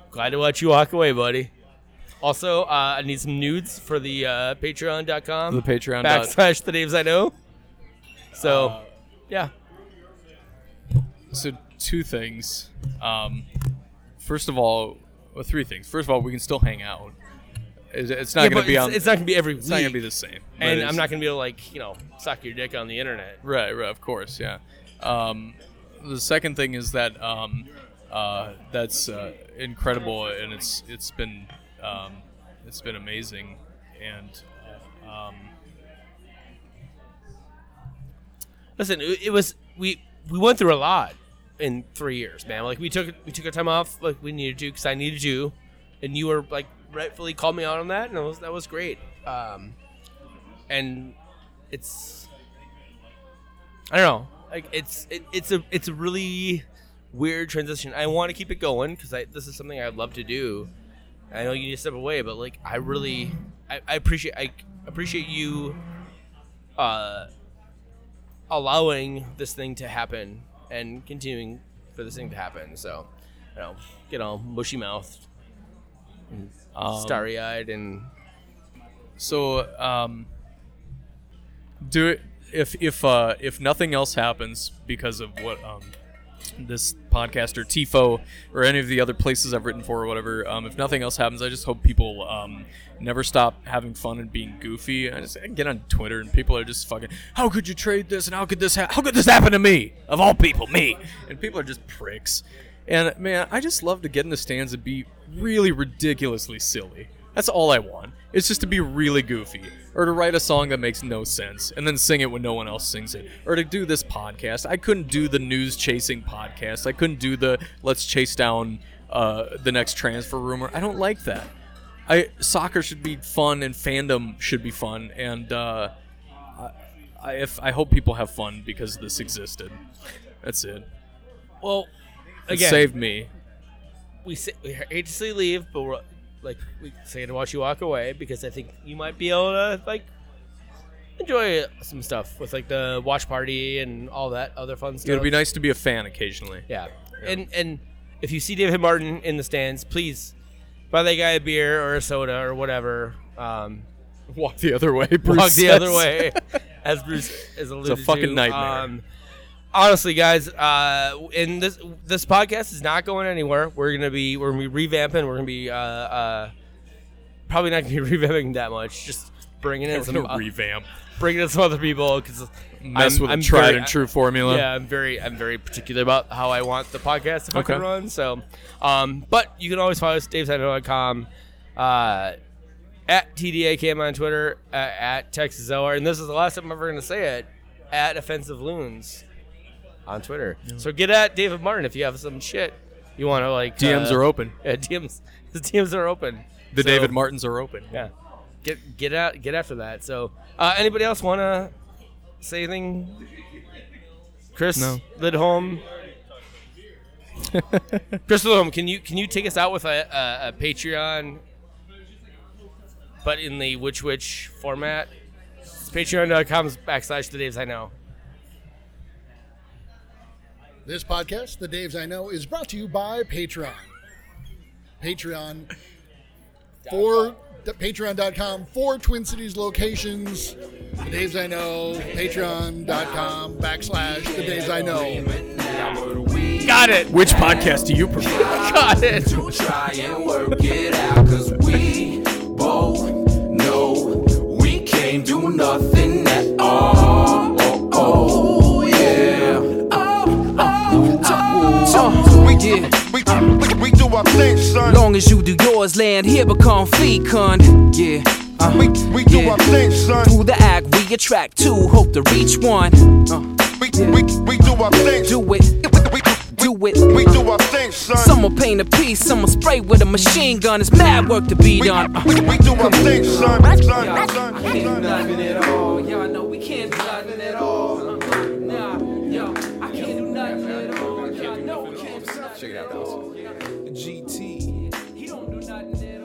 Speaker 1: Glad to watch you walk away, buddy. Also, uh, I need some nudes for the uh, Patreon.com
Speaker 2: The Patreon. dot-
Speaker 1: backslash the names I know. So,
Speaker 2: Uh,
Speaker 1: yeah,
Speaker 2: So two things. Um, first of all, well, three things. First of all, we can still hang out. It's, it's not
Speaker 1: yeah,
Speaker 2: going
Speaker 1: but
Speaker 2: to be
Speaker 1: it's,
Speaker 2: on.
Speaker 1: it's not gonna be every
Speaker 2: it's
Speaker 1: week,
Speaker 2: not going to be the same. but
Speaker 1: and
Speaker 2: it's-
Speaker 1: I'm not gonna be able to like you know suck your dick on the internet.
Speaker 2: Right, right, of course, yeah. Um, the second thing is that um, uh, that's uh, incredible, and it's it's been um, it's been amazing, and uh, um,
Speaker 1: Listen, it, it was we we went through a lot in three years, man. Like we took we took our time off, like we needed to, because I needed you, and you were like rightfully called me out on that, and that was that was great. Um, and it's I don't know, like it's it, it's a it's a really weird transition. I want to keep it going because I this is something I love to do. I know you need to step away, but like I really I, I appreciate I appreciate you. Uh, allowing this thing to happen and continuing for this thing to happen. So, you know, get all mushy mouthed,
Speaker 2: um,
Speaker 1: starry eyed, and
Speaker 2: So um, do it if if uh, if nothing else happens because of what um, this podcast or Tifo or any of the other places I've written for or whatever. Um, if nothing else happens, I just hope people um, never stop having fun and being goofy. I just I get on Twitter and people are just fucking. How could you trade this? And how could this? Ha- how could this happen to me? Of all people, me. And people are just pricks. And man, I just love to get in the stands and be really ridiculously silly. That's all I want. It's just to be really goofy, or to write a song that makes no sense and then sing it when no one else sings it, or to do this podcast. I couldn't do the news chasing podcast. I couldn't do the let's chase down uh, the next transfer rumor. I don't like that. I soccer should be fun and fandom should be fun, and uh, I, I, if I hope people have fun because this existed. That's it.
Speaker 1: well,
Speaker 2: It
Speaker 1: again,
Speaker 2: saved me.
Speaker 1: we, say, we hate to say leave, but we're like we say to watch you walk away because I think you might be able to like enjoy some stuff with like the watch party and all that other fun stuff.
Speaker 2: It would be nice to be a fan occasionally.
Speaker 1: Yeah. And and if you see David Martin in the stands, please buy that guy a beer or a soda or whatever. Um,
Speaker 2: Walk the other way, Bruce.
Speaker 1: walk the other
Speaker 2: says.
Speaker 1: way, as Bruce is alluded to. um,
Speaker 2: fucking nightmare.
Speaker 1: honestly, guys, uh, and this this podcast is not going anywhere. We're gonna be we're gonna be revamping. We're gonna be uh, uh, probably not gonna be revamping that much. Just bringing in
Speaker 2: We're
Speaker 1: some
Speaker 2: gonna
Speaker 1: uh,
Speaker 2: revamp,
Speaker 1: bringing in some other people because
Speaker 2: mess
Speaker 1: I'm,
Speaker 2: with
Speaker 1: I'm
Speaker 2: a tried
Speaker 1: very-
Speaker 2: and true formula.
Speaker 1: yeah, I'm very I'm very particular about how I want the podcast to fucking
Speaker 2: Okay.
Speaker 1: run. So, um, but you can always follow us davesino.com, uh, at tdakm on Twitter, uh, at Texas LR, and this is the last time I'm ever gonna say it, at offensive loons on Twitter. So get at David Martin if you have some shit you want to like.
Speaker 2: DMs
Speaker 1: uh,
Speaker 2: are open.
Speaker 1: Yeah, DMs his DMs are open.
Speaker 2: The
Speaker 1: So,
Speaker 2: David Martins are open.
Speaker 1: Yeah. get get out get after that. So uh, anybody else want to say anything? Chris
Speaker 2: No.
Speaker 1: Lidholm. Chris Lidholm, can you can you take us out with a, a, a Patreon, but in the Witch Witch format? It's patreon.com backslash the Daves I know.
Speaker 5: This podcast, The Daves I Know, is brought to you by Patreon. Patreon for patreon.com for Twin Cities locations. The Daves I Know, patreon.com backslash The Daves I Know.
Speaker 1: Got it.
Speaker 2: Which podcast do you prefer?
Speaker 1: Got it.
Speaker 9: to try and work it out cause we both know we can't do nothing at all oh, oh yeah oh, oh, oh.
Speaker 8: We did, we, we, we do our thing, son.
Speaker 9: long as you do yours land here become fecund yeah uh,
Speaker 8: We, we do
Speaker 9: yeah.
Speaker 8: our thing, son.
Speaker 9: through the act we attract two hope to reach one uh,
Speaker 8: We, we, we do our thing.
Speaker 9: do it
Speaker 8: We,
Speaker 9: do it
Speaker 8: we do our thing, son.
Speaker 9: some will paint a piece some will spray with a machine gun it's mad work to be
Speaker 8: we,
Speaker 9: done Uh.
Speaker 8: we, we do our thing, son. son, son, son,
Speaker 9: can't do
Speaker 8: son.
Speaker 9: nothing at all. Y'all know we can't do nothing at all. Nah, yo, I can't do nothing at all. Y'all know we can't do nothing at all. GT. He don't do nothing at
Speaker 2: Oh
Speaker 9: all.